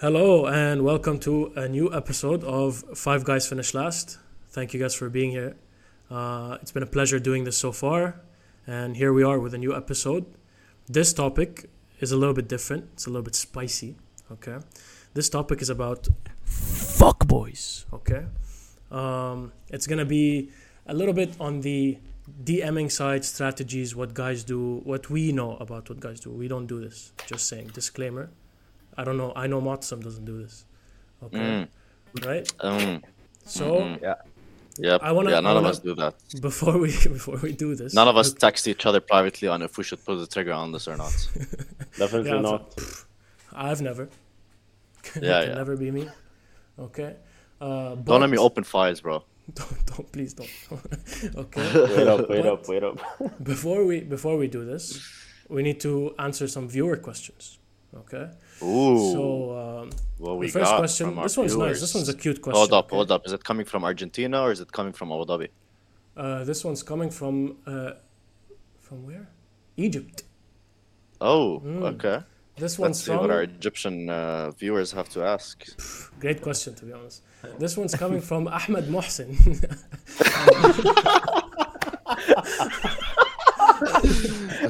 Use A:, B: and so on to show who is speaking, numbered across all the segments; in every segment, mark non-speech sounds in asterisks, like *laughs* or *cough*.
A: Hello and welcome to a new episode of Five Guys Finish Last. Thank you guys for being here. Uh, it's been a pleasure doing this so far, and here we are with a new episode. This topic is a little bit different. It's a little bit spicy. Okay, this topic is about fuck boys. Okay, um, it's gonna be a little bit on the DMing side strategies, what guys do, what we know about what guys do. We don't do this. Just saying disclaimer. I don't know. I know Motsum doesn't do this. Okay,
B: Mm,
A: right?
B: mm,
A: So.
B: mm.
C: Yeah.
B: Yep.
A: I wanna-
B: yeah,
A: I
B: none of
A: wanna-
B: us do that.
A: before we *laughs* before we do this
B: None of us text each other privately on if we should pull the trigger on this
A: *laughs*
B: or not.
C: Definitely
A: Yeah,
C: not.
A: i've never *laughs* can,
B: Yeah,
A: can
B: yeah.
A: never be me okay uh but,
B: Don't let me open files, bro.
A: *laughs* don't, don't please don't *laughs*
B: *laughs*
A: okay
C: Wait up, wait
A: What?
C: up, wait up.
A: before we before we do this we need to answer some viewer questions okay
B: Ooh.
A: so um the
B: what we
A: first
B: got
A: question
B: from our
A: this one's nice
B: viewers.
A: this one's a cute question
B: Hold up,
A: okay?
B: hold up. Is it coming from Argentina or is it coming from Abu Dhabi?
A: uh this one's coming from uh from where egypt
B: Oh,
A: Mm.
B: okay.
A: this
B: Let's
A: one's
B: see what our
A: from
B: Egyptian uh, viewers have to ask.
A: Great question, to be honest. This one's coming from Ahmed Mohsen. *laughs*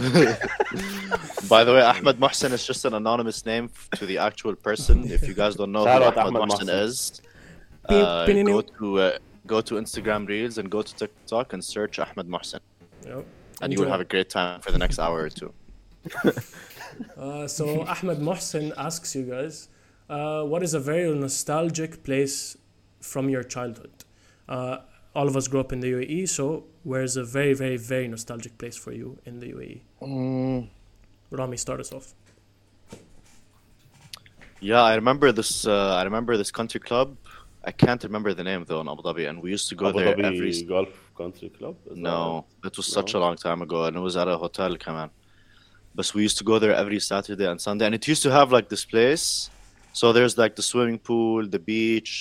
B: By the way, Ahmed Mohsen is just an anonymous name f- to the actual person. If you guys don't know who
C: Shout out
B: Ahmed,
C: Ahmed
B: Mohsen,
C: Mohsen.
B: is, uh,
A: Beep,
B: go to uh, go to Instagram Reels and go to TikTok and search Ahmed Mohsen,
A: Yep.
B: and you will
A: Enjoy.
B: have a great time for the next hour or two.
A: Uh, so Ahmed Mohsen asks you guys, uh, what is a very nostalgic place from your childhood? Uh, all of us grew up in the UAE, so where's a very, very, very nostalgic place for you in the UAE?
C: Mm.
A: Rami, start us off.
B: *laughs* Yeah, I remember this. Uh, I remember this country club. I can't remember the name though in Abu Dhabi, and we used to go
C: Abu
B: there
C: Dhabi
B: every. s-
C: Golf Country Club? Is that
B: No, it was such a
C: No?
B: long time ago, and it was at a hotel, Kaman. But we used to go there every Saturday and Sunday, and it used to have like this place. So there's like the swimming pool, the beach,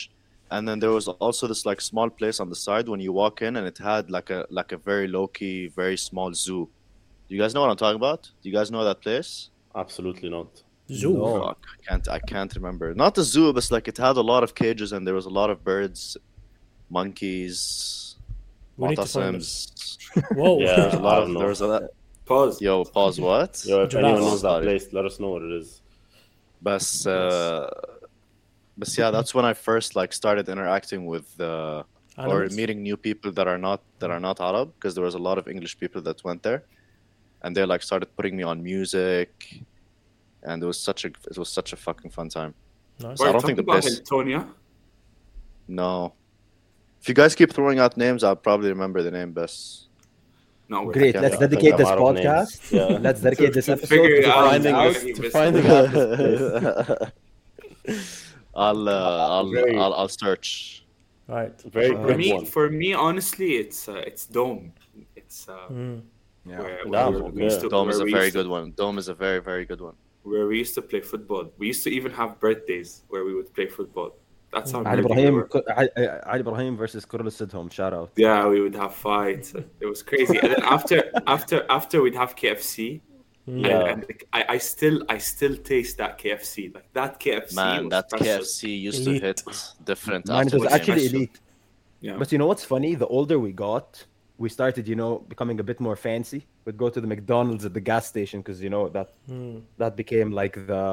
B: and then there was also this like small place on the side when you walk in, and it had like a like a very low key, very small zoo. Do you guys know what I'm talking about? Do you guys know that place?
C: right? Absolutely not.
A: Zoo.
C: No.
B: Fuck, I can't I can't remember. Not the zoo, but it's like it had a lot of cages and there was a lot of birds, monkeys,
A: We need to find
B: moccasins.
D: Oh.
A: Whoa.
C: Yeah.
B: There was a lot
C: I
B: of *laughs*
C: don't know.
B: there was a lot.
D: Pause.
B: Yo, pause. What?
C: Yo, if
A: Jalal.
C: anyone knows that
B: Sorry.
C: place, let us know what it is.
B: But uh, but yeah, that's when I first like started interacting with uh, or
A: Animals.
B: meeting new people that are not that are not Arab because there was a lot of English people that went there, and they like started putting me on music, and it was such a it was such a fucking fun time.
A: *laughs* Nice.
B: So I don't think the
D: about
B: best-
D: Antonia.
B: No. If you guys keep throwing out names, I'll probably remember the name best.
D: No way.
E: Great.
B: Yeah,
E: Let's
B: I
C: think
E: dedicate
C: I'm
E: this
C: out of names.
E: podcast.
C: Yeah.
E: *laughs* Let's dedicate this
D: to
E: episode
D: figure it
E: to
D: out.
E: finding.
D: Out.
C: this,
D: Invest-
C: to finding out this place.
B: I'll, uh,
D: Very-
B: I'll, I'll I'll search.
A: All right.
C: Very
D: For
C: quick
D: me,
C: one.
D: for me, honestly, it's uh, it's Dome. It's uh,
A: Mm.
D: where,
C: Dome,
D: where we used
C: yeah.
D: to,
B: Dome is
D: where
B: a
D: we
B: very
D: used to-
B: good one. Dome is a very very good one.
D: Where we used to play football. We used to even have birthdays where we would play football. That's how
E: Ali
D: nerdy we
E: Hmm. Ibrahim,
D: were.
E: Ali- Ali Ibrahim versus Kurl Sidhom. Shout out.
D: Yeah, we would have fights. It was crazy. And then after after after we'd have KFC. And,
C: Yeah.
D: and like, I, I still I still taste that KFC like that KFC
B: Man,
D: was
B: that
D: precious.
B: KFC used
A: Elite.
B: to hit different.
E: Man, it
B: after
E: was
B: the game.
E: actually elite.
D: yeah
E: But you know what's funny? The older we got, we started, you know, becoming a bit more fancy. We'd go to the McDonald's at the gas station because you know that
D: Hmm.
A: Mm.
E: that became like the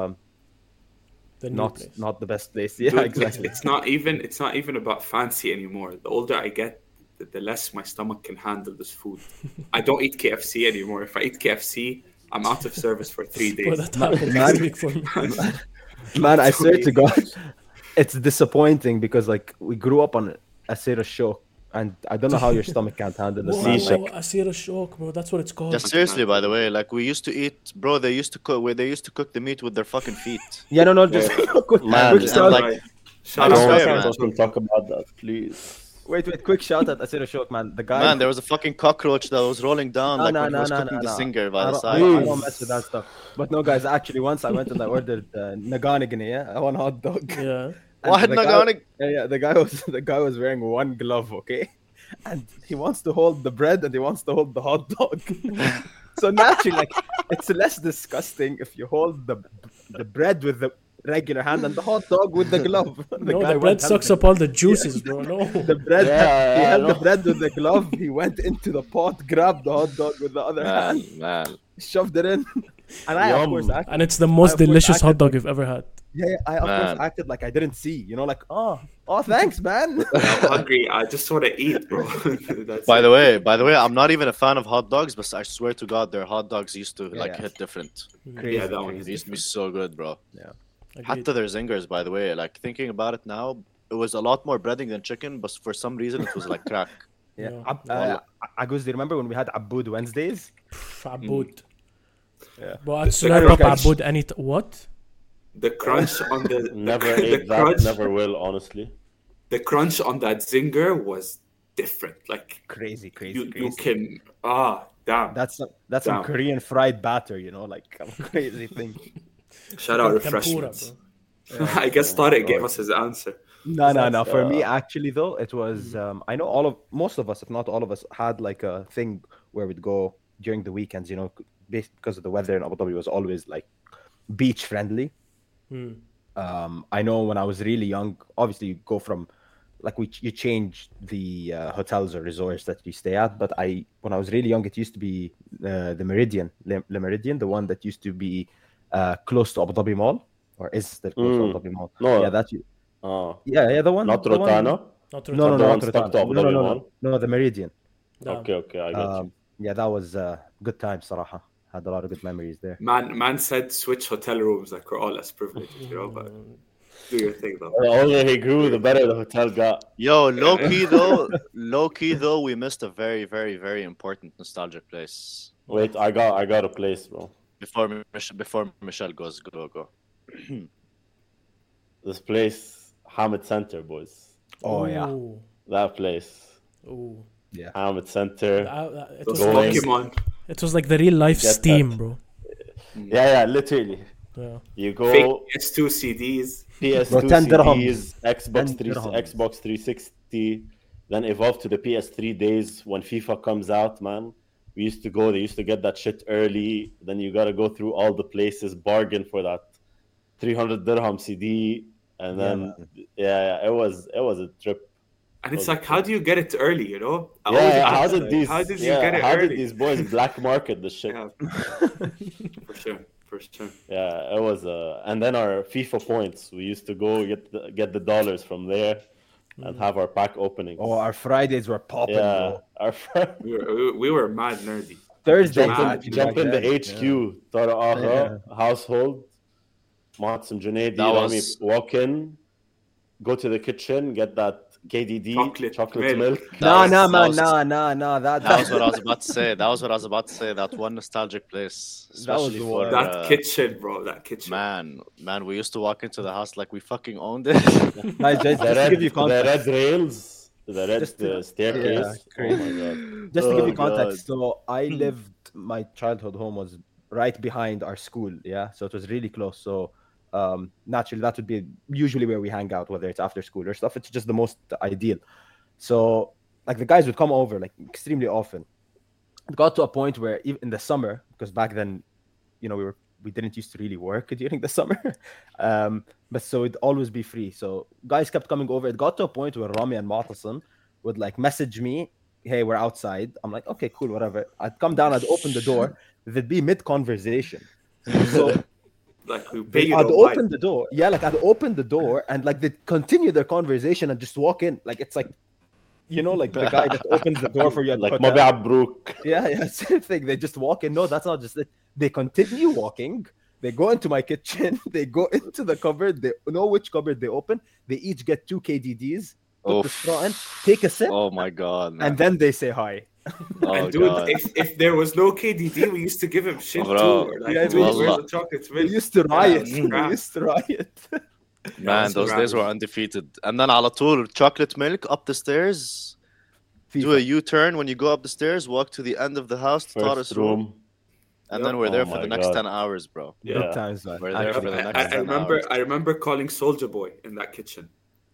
A: The new
E: not
A: place.
E: not the best place. *laughs* Yeah,
D: Dude, it's-
E: exactly.
D: It's not even it's not even about fancy anymore. The older I get, the, the less my stomach can handle this food. I don't eat KFC anymore. If I eat KFC, I'm out of service for three
A: Well,
D: days.
A: that
D: *laughs*
A: happened
E: Man.
A: last week for
C: *laughs*
A: me.
E: Man, I swear to God, it's disappointing because like we grew up on a show, and I don't know how your stomach can't handle this. man.
C: Shisha.
A: Whoa, Asira Shok, bro. That's what it's called.
B: Yeah, seriously, by the way, like we used to eat, bro. They used to cook. Where they used to cook the meat with their fucking
E: *laughs*
B: feet.
E: Yeah, no, no, just quick,
C: Man,
E: quick
C: it's
E: shout.
B: like-
D: Shout
B: I
D: out
B: don't
D: to
B: care,
D: Sarah.
B: man.
C: Don't talk about that, please.
E: wait, wait, quick shout at Asira Shok, man. The guy.
B: Man, there was a fucking cockroach that was rolling down
E: No,
B: like
E: no,
B: when
E: no,
B: he was
E: no,
B: cooking
E: no,
B: the
E: no.
B: singer by
E: I
B: the
E: don't,
B: side.
E: I don't mess with that stuff. But no, guys, actually, once I went and
B: *laughs*
E: I ordered uh, nagani yeah, I want a hot dog.
A: Yeah.
E: And
B: What
E: the guy-
B: Nagani?
E: Yeah, yeah, the guy was *laughs* the guy was wearing one glove, okay, *laughs* and he wants to hold the bread and he wants to hold the hot dog. *laughs* so naturally, like it's less disgusting if you hold the the bread with the regular hand and the hot dog with the glove. *laughs* the
A: No,
E: guy
A: the bread
E: went
A: sucks
E: helping.
A: up all the juices, bro. No.
E: *laughs* The bread.
B: Yeah,
E: he
B: I
E: held the
B: know.
E: bread with
B: *laughs*
E: the glove. He went into the pot, grabbed the hot dog with the other hand, *laughs*
B: man, man.
E: shoved it in, and I of course
C: Yum.
E: acted.
A: Mm. And it's the most
E: Of course,
A: delicious
E: I
A: hot dog you've ever had.
E: Yeah, yeah, I of
B: Man.
E: course acted like I didn't see. You know, like oh, oh, thanks,
B: *laughs*
E: man. *laughs*
D: I'm hungry. I just want to eat, bro. *laughs* That's
B: By
D: it.
B: the way, by the way, I'm not even a fan of hot dogs, but I swear to God, their hot dogs used to like
E: yeah. Mm-hmm.
B: hit different.
E: Crazy.
D: yeah, that one
B: They
D: is
B: used to be so good, bro.
A: Agreed.
B: Hatta their zingers, by the way. Like thinking about it now, it was a lot more breading than chicken, but for some reason it was like
E: *laughs*
B: crack.
E: Yeah,
A: No.
E: Ab- uh, Agus, do you remember when we had Abud Wednesdays?
A: Abud.
E: Mm. Yeah.
A: Bro, I'd
D: The
A: swear up
E: crackers.
A: Abud any t- what?
D: the crunch on the
C: Never
D: *laughs* the,
C: ate that.
D: crunch,
C: Never will, honestly.
D: the crunch on that zinger was different. Like
E: Crazy, crazy,
D: you,
E: crazy.
D: you can ah damn.
E: That's some, that's some
D: Damn.
E: Korean fried batter, you know, like *laughs* a crazy thing.
D: Shout out
A: Tempura,
D: refreshments.
A: bro.
D: *laughs* I guess Tariq gave us his answer.
C: *laughs*
E: No, no, no.
C: That's,
E: For me,
C: uh,
E: actually, though, it
C: Mm-hmm.
E: was. Um, I know all of most of us, if not all of us, had like a thing where we'd go during the weekends. You know, c- bas- because of the weather in Abu Dhabi was always like beach friendly.
C: Hmm.
E: Um, I know when I was really young, obviously you go from like we ch- you change the uh, hotels or resorts that you stay at. But I, when I was really young, it used to be uh, the Meridian, Le, Le Meridian, the one that used to be uh, close to Abu Dhabi Mall, or is still close
C: Mm.
E: to Abu Dhabi Mall.
C: No.
E: yeah, that. u-
C: Oh,
E: Yeah, yeah, the one.
C: not
E: the one-
C: Rotana.
A: Not
E: no, no,
A: Rotan.
E: no,
C: one
E: not
C: stuck to
E: Rotan.
C: Abu
E: no, no,
C: Dhabi
E: no,
C: Mall?
E: no, no, the Meridian.
A: Damn.
C: Okay, okay, I got
E: Um, yeah, that was uh, good time, Saraha. Had a lot of good memories there.
D: Man, man said switch hotel rooms. Like we're all less privileged, you know. But do your thing though.
C: you. The older he grew, the better the hotel got.
B: Yo, low key though, low key though, we missed a very, very, very important nostalgic place.
C: Wait, I got, I got a place, bro.
B: Before Mich- before Michelle goes go go.
C: This place, Hamid Center, boys.
E: Oh yeah,
A: Ooh.
C: That place,
A: Ooh.
C: Hamid Center.
A: I- I- it,
D: Those
A: was
C: Going.
A: like,
D: Pokemon
A: it was like the real life
C: Get
A: Steam,
C: that.
A: bro.
C: Yeah, yeah, literally.
A: Yeah.
C: You
D: fake
C: go
D: PS2 CDs.
C: PS2
E: No, 10
C: CDs, Xbox
E: 10
C: 3,
E: dirhams.
C: Xbox 360, then evolved to the PS3 days when FIFA comes out, man. We used to go, they used to get that shit early. Then you gotta go through all the places, bargain for that 300 dirham CD, and then yeah, yeah, it was it was a trip.
D: And it's like, how do you get it early? You know? I
C: yeah,
D: always
C: yeah,
D: ask,
C: how did
D: like,
C: these?
D: How did
C: yeah,
D: you get it
C: how
D: early?
C: did these boys black market
D: *laughs*
C: the shit?
D: Yeah. *laughs* for sure, for sure.
C: Yeah, it was. Uh, and then our FIFA points, we used to go get the, get the dollars from there, and have our pack opening.
E: Mm. oh our Fridays were popping.
C: yeah,
E: bro.
C: our friend
E: *laughs*
D: We were, we- we were mad nerdy.
E: Thursday.
D: Jump in-
E: actually,
C: jump in the
E: back then,
C: HQ,
E: yeah.
C: Tara Aha, uh, household, Matsim Junaid,
B: That
C: Rami,
B: was-
C: walk in, go to the kitchen, get that KDD
D: Chocolate
C: chocolate,
B: *laughs*
D: milk.
C: milk.
E: No,
B: That
E: no,
B: was-
E: man,
B: that was-
E: no, no, no. That
B: That was what
E: *laughs*
B: I was about to say. That was what I was about to say. That one nostalgic place,
E: That was
B: especially
E: the
B: for
E: one.
D: That
B: uh,
D: kitchen, bro. That kitchen.
B: Man, man, we used to walk into the house like we fucking owned it.
C: *laughs*
E: Guys,
C: The
E: just, just to
C: red,
E: give you
C: the
E: context,
C: red rails, the red
E: Just to-
C: uh, staircase. oh my god.
E: just to give
B: Oh,
E: you context.
B: God. Hmm.
E: So I lived my childhood home was right behind our school. Yeah, so it was really close. So um, naturally, that would be usually where we hang out, whether it's after school or stuff. It's just the most ideal. So like the guys would come over like extremely often. It got to a point where even in the summer, because back then, you know, we were we didn't used to really work *laughs* during the summer. um, but so it'd always be free. So guys kept coming over. It got to a point where Rami and Matason would like message me, hey, we're outside. I'm like, okay, cool, whatever. I'd come down, I'd open the door. They'd be mid-conversation. So
D: Like we pay
E: I'd
D: you no
E: open
D: mind.
E: the door. Yeah, like I'd open the door and like they'd continue their conversation and just walk in. Like it's like you know, like the guy that opens the door for you at
C: Like
E: hotel.
C: Mabi Abrook.
E: Yeah, yeah, *laughs* same thing. They just walk in. No, that's not just it. They continue walking. They go into my kitchen. *laughs* They go into the cupboard. They know which cupboard they open. They each get two KDDs. Put the
B: Oof.
E: straw in. Take a sip,
B: oh my god, man.
E: and then they say hi.
B: oh,
D: and dude,
B: God.
D: if, if there was no KDD, we used to give him shit
B: Bro.
D: too. We're
E: Yeah,
D: Like, dude, where's
B: wallah.
D: the chocolate
E: They
D: milk?
E: used to riot.
D: mm.
E: *laughs* They used to
B: *laughs*
E: riot.
B: Man,
D: that's
B: those
D: right.
B: days were undefeated. And then Alatul, chocolate milk up the stairs. Do a
E: FIFA.
B: U turn when you go up the stairs, walk to the end of the house, to Taurus
C: First
B: room,
C: room.
B: and
D: Yeah.
B: then we're
C: Oh
B: there for the
C: my
B: next
C: God.
B: 10 hours,
C: *laughs*
B: bro. *laughs*
E: Good
C: Yeah.
E: times, man.
B: We're there
D: I,
B: for the
E: Actually,
B: next
D: I, I
B: 10
D: remember
B: hours.
D: I remember calling Soldier Boy in that kitchen.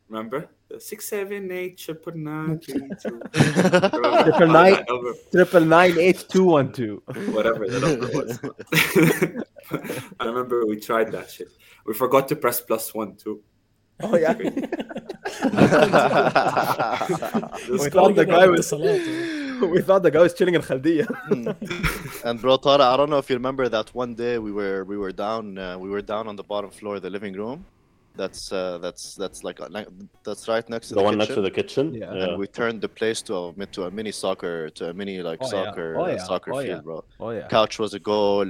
D: Remember? six seven eight triple nine three
E: *laughs*
D: two.
E: Triple nine. Triple nine eight two one
B: *laughs*
E: two. *laughs*
D: whatever the number was. *laughs* I remember we tried that shit. We forgot to press plus one too.
E: Oh yeah.
D: This
E: We
D: call-
E: thought the guy
A: with
E: was *laughs* we thought the guy was chilling in Khaldia.
B: *laughs* And bro, Tara, I don't know if you remember that one day we were we were down uh, we were down on the bottom floor of the living room. That's uh, that's that's like uh, ne- that's right next to
C: The
B: the,
C: one
B: kitchen.
C: next to the kitchen.
E: Yeah.
B: And we turned the place to a mi- to a mini soccer to a mini like
E: Oh, yeah.
B: soccer
E: Oh, yeah.
B: soccer
E: Oh,
B: field,
E: yeah.
B: bro.
E: Oh yeah.
B: Couch was a goal.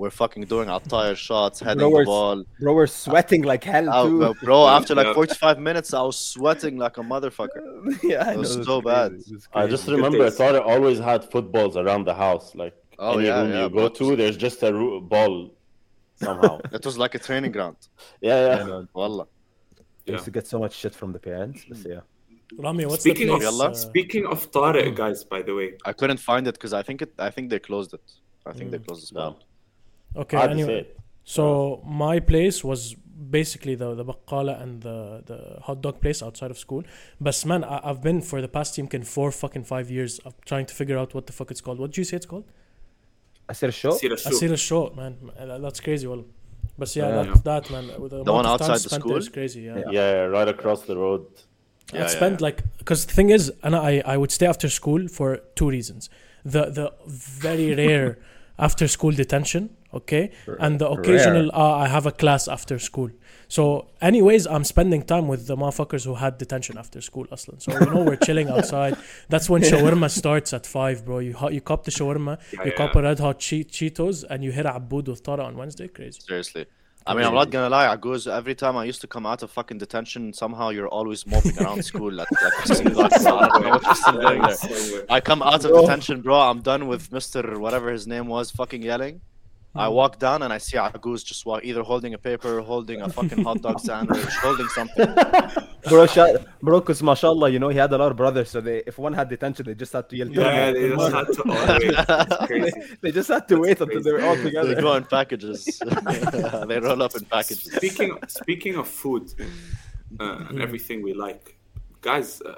B: We're fucking doing our tire shots, heading the
E: Blowers.
B: ball.
E: Bro, we're sweating like hell
B: I-
E: too.
B: bro, bro, after like
D: Yeah.
B: 45 minutes, I was sweating like a
E: *laughs*
B: motherfucker.
E: *laughs* yeah, I
B: It
E: know,
B: was
E: that's
B: so bad.
E: crazy. That's
C: I
E: crazy.
C: just remember
D: days.
C: Tara always had footballs around the house. Like
B: Oh
C: any
B: yeah,
C: room
B: yeah.
C: you
B: bro.
C: go to, there's just a ru- ball somehow.
B: It was like a training ground.
C: yeah,
E: I
C: yeah.
E: know.
B: Wallah.
E: I used to get so much shit from the parents. But yeah.
A: *laughs* Rami, what's
D: Speaking
A: the
D: of-
A: place?
B: Yalla.
A: uh,
D: Speaking of Tariq, guys, by the way,
B: I couldn't find it because I think it. I think they closed it. I think they
E: Mm.
B: closed the spot.
C: No.
A: okay,
C: Hard to
A: anyway.
C: say it.
A: So my place was basically the the baqqala and the the hot dog place outside of school. But man, I, I've been for the past yumkin four fucking five years of trying to figure out what the fuck it's called. What do you say it's called?
E: Oh, I said a show.
D: Sira Souk.
A: Asir al man. Uh, That's crazy, well. But yeah,
E: Yeah.
A: that, that man, with the,
B: The one
A: amount of time
B: outside the
A: spent there
B: school?
A: is crazy. Yeah,
E: Yeah.
C: Yeah, yeah, right across the road.
B: Yeah,
A: I'd
B: yeah,
A: spend
B: yeah.
A: like because the thing is, and I I would stay after school for two reasons: the the very rare after school detention, okay, and the occasional uh, I have a class after school. So, anyways, I'm spending time with the motherfuckers who had detention after school, Aslan. So you know we're chilling outside. That's when shawarma starts at five, bro. You ho- you cop the shawarma,
D: Yeah,
A: you
D: yeah,
A: cop a red hot che- Cheetos, and you hit abud with Tara on Wednesday. Crazy.
B: Seriously. I mean, I'm not gonna lie. I goes every time I used to come out of fucking detention. Somehow you're always moping around school. Like, like six o'clock, so I don't know what you're still doing there.
D: Somewhere.
B: I come out of
E: Bro.
B: detention, bro. I'm done with Mr. whatever his name was fucking yelling. I walk down and I see Agus just walk, either holding a paper, holding a fucking hot dog sandwich, holding something.
E: Bro, sha- bro, because mashallah, you know, he had a lot of brothers, so they, if one had detention, they just had to yell.
D: Yeah,
E: "Tara."
D: they just had to
E: *laughs*
D: always. It's crazy.
E: they just had to wait until
D: crazy.
E: they were all
B: They
E: together.
B: go
E: *laughs*
B: in packages. *laughs* they roll up in packages.
D: Speaking speaking of food uh, and everything we like, guys, uh,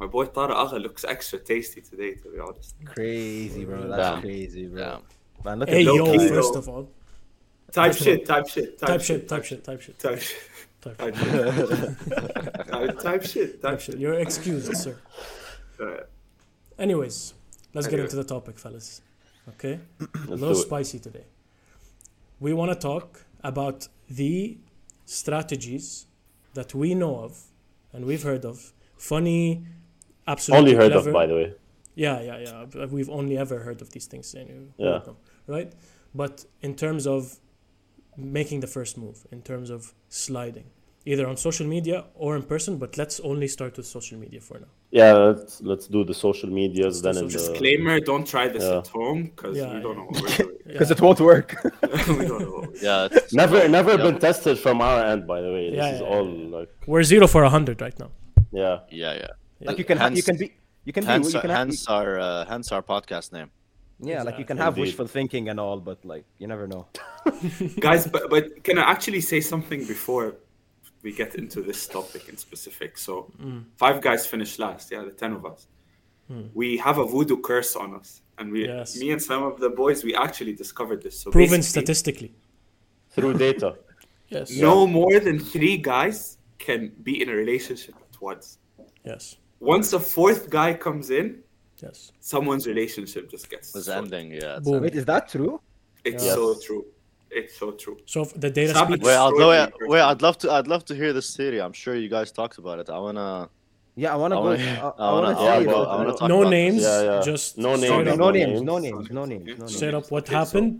D: my boy Tara Agha looks extra tasty today. To be honest,
E: Crazy, bro. That's
B: Damn.
E: crazy, bro.
B: Damn.
E: Man, look
A: Hey
E: at
A: yo!
E: yo.
D: key,
A: First
D: though.
A: of all,
D: type
A: That's
D: shit, type shit,
A: type shit, type shit, type shit,
D: type shit,
A: type shit.
D: type shit, type, type shit, type
A: Type shit. You're excused, sir.
D: Uh,
A: Anyways, let's get
D: Anyway.
A: into the topic, fellas. Okay? A
C: Let's
A: little
C: do it.
A: spicy today. We want to talk about the strategies that we know of and we've heard of. Funny, absolutely
C: Only heard
A: clever.
C: of, by the way.
A: Yeah, yeah, yeah. But We've only ever heard of these things, and you-
C: Yeah.
A: right? But in terms of making the first move, in terms of sliding, either on social media or in person, but let's only start with social media for now.
C: Yeah, let's let's do the social medias
A: Let's
C: then.
A: do
C: In
A: social-
C: the...
D: disclaimer: Don't try this
C: Yeah.
D: at home because
A: Yeah,
D: we don't
A: *laughs* yeah.
D: know what we're doing.
E: Because it won't work.
D: *laughs* we don't know. What we're
B: Yeah. it's-
C: Never, never
B: Yeah.
C: been tested from our end, by the way. This
A: Yeah,
C: is
A: yeah,
C: all
A: yeah,
C: like,
A: We're zero for a 100 right now.
C: yeah.
B: Yeah, yeah.
E: like you can, have, you can be, you can be,
B: Hence,
E: you can have,
B: hence our uh, hence our podcast name.
E: yeah, like you can have
C: Indeed.
E: wishful thinking and all, but like you never know.
D: guys but, but can i actually say something before we get into this topic in specific so
A: Mm.
D: five guys finished last yeah the 10 of us we have a voodoo curse on us and we
A: Yes.
D: me and some of the boys we actually discovered this so
A: Proven
D: basically,
A: statistically.
C: through data.
A: Yes.
D: no more than three guys can be in a relationship at once
A: Yes.
D: once a fourth guy comes in
A: Yes.
D: someone's relationship just gets
B: Was
D: destroyed.
B: ending. Yeah. it's-
A: Boom.
E: Wait, is that true?
D: it's
C: Yeah.
D: so true it's so true
A: So if the data
D: Stop it.
A: speaks.
B: Wait, I'd,
D: Destroyed
B: wait,
D: me.
B: wait, I'd love to. I'd love to hear this theory. I'm sure you guys talked about it. I wanna.
E: Yeah, I wanna
B: I
E: go.
B: wanna-
E: I-
B: I
E: I
B: wanna-
E: wanna
B: I
E: tell
B: wanna
E: you.
B: go-
E: about
B: I wanna
E: it.
B: talk
A: no
B: about
A: names.
C: Yeah, yeah.
A: Just
C: No
A: straight
C: names.
A: up-
E: No
C: Yeah.
E: names, no names, no names, no names.
A: Straight up what
D: Okay, so-
A: happened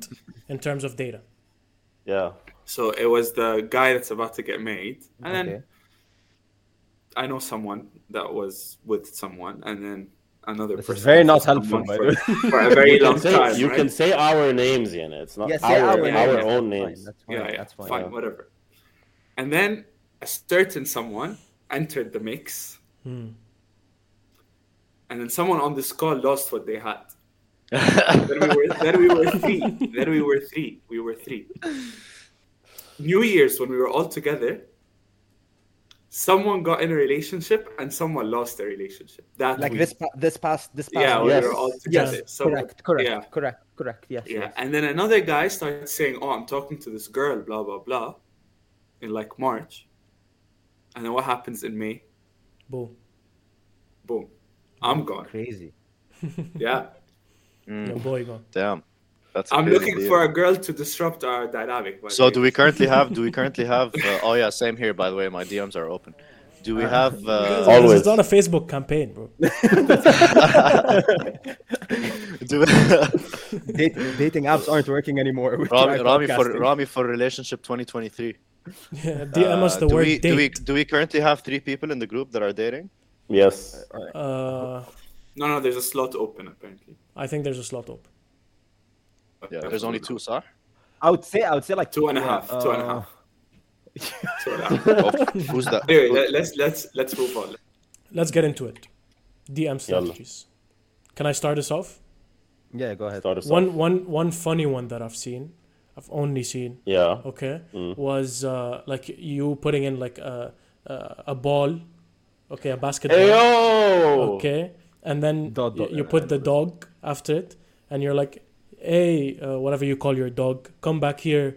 A: in terms of data.
C: Yeah,
D: so it was the guy that's about to get married and then
E: Okay.
D: I know someone that was with someone, and then another
E: This
D: person.
E: is very
D: was
E: not
D: with
E: helpful,
D: someone
E: by the
D: *laughs* for,
E: way.
D: for a
E: *laughs*
D: very
C: you
D: long
C: can say
D: time.
C: you
D: right?
C: can say our names in it. It's not
E: Yes,
C: Uh,
E: yeah,
C: our,
E: our,
D: yeah,
C: our
D: yeah.
C: own
E: That's fine,
C: names.
E: That's fine.
D: yeah, yeah,
E: that's fine.
D: fine, whatever. And then a certain someone entered the mix,
E: Hmm.
D: and then someone on this call lost what they had. then we were then we were three. Then we were three. We were three. New Year's when we were all together. someone got in a relationship and someone lost their relationship. That
E: Like
D: week.
E: this, pa- this past, this past.
D: Yeah, we
E: yes.
D: were all
E: yes,
D: together. So,
E: correct, correct,
D: yeah.
E: correct, correct. Yes,
D: Yeah,
E: yes.
D: and then another guy started saying, "Oh, I'm talking to this girl, blah blah blah," in like March, and then what happens in May?
A: Boom.
D: Boom, I'm gone.
E: Crazy.
B: *laughs*
D: Yeah,
A: Your boy gone.
B: *laughs* Damn. That's a
D: I'm
B: crazy
D: looking
B: deal.
D: for a girl to disrupt our dynamic. by the
B: So
D: way.
B: do
D: *laughs*
B: we currently have? Do we currently have? Uh, oh yeah, same here. By the way, my DMs are open. Do we have? *laughs* Uh,
A: Guys,
C: always.
A: It's not a Facebook campaign, bro. Uh,
B: do we,
E: Dat-
D: *laughs*
E: dating apps aren't working anymore. with
B: Rami,
E: our
B: Rami for
E: podcasting.
B: Rami for relationship 2023.
A: Yeah, DM us
B: Uh,
A: the
B: do
A: word
B: we,
A: date.
B: do we do we currently have three people in the group that are dating?
C: Yes.
A: Uh,
D: No, no, there's a slot open apparently.
A: I think there's a slot open.
B: Yeah, there's only two, sir.
E: I would say, I would say like
D: Two and a half, two and a
E: uh,
D: half. Two and a half.
B: Oh, who's that?
D: Anyway, let, let's let's let's move on.
A: Let's get into it. DM strategies. Can I start us off?
E: Yeah, go ahead.
C: Start us off.
A: One, one, one funny one that I've seen, I've only seen,
C: Yeah.
A: okay, was uh, like you putting in like a, a, a ball, okay, a basketball.
C: Ayo!
A: Okay. And then
E: Dog,
A: y-
E: dog,
A: you
E: yeah,
A: put the dog after it, and you're like, hey, uh, whatever you call your dog, come back here.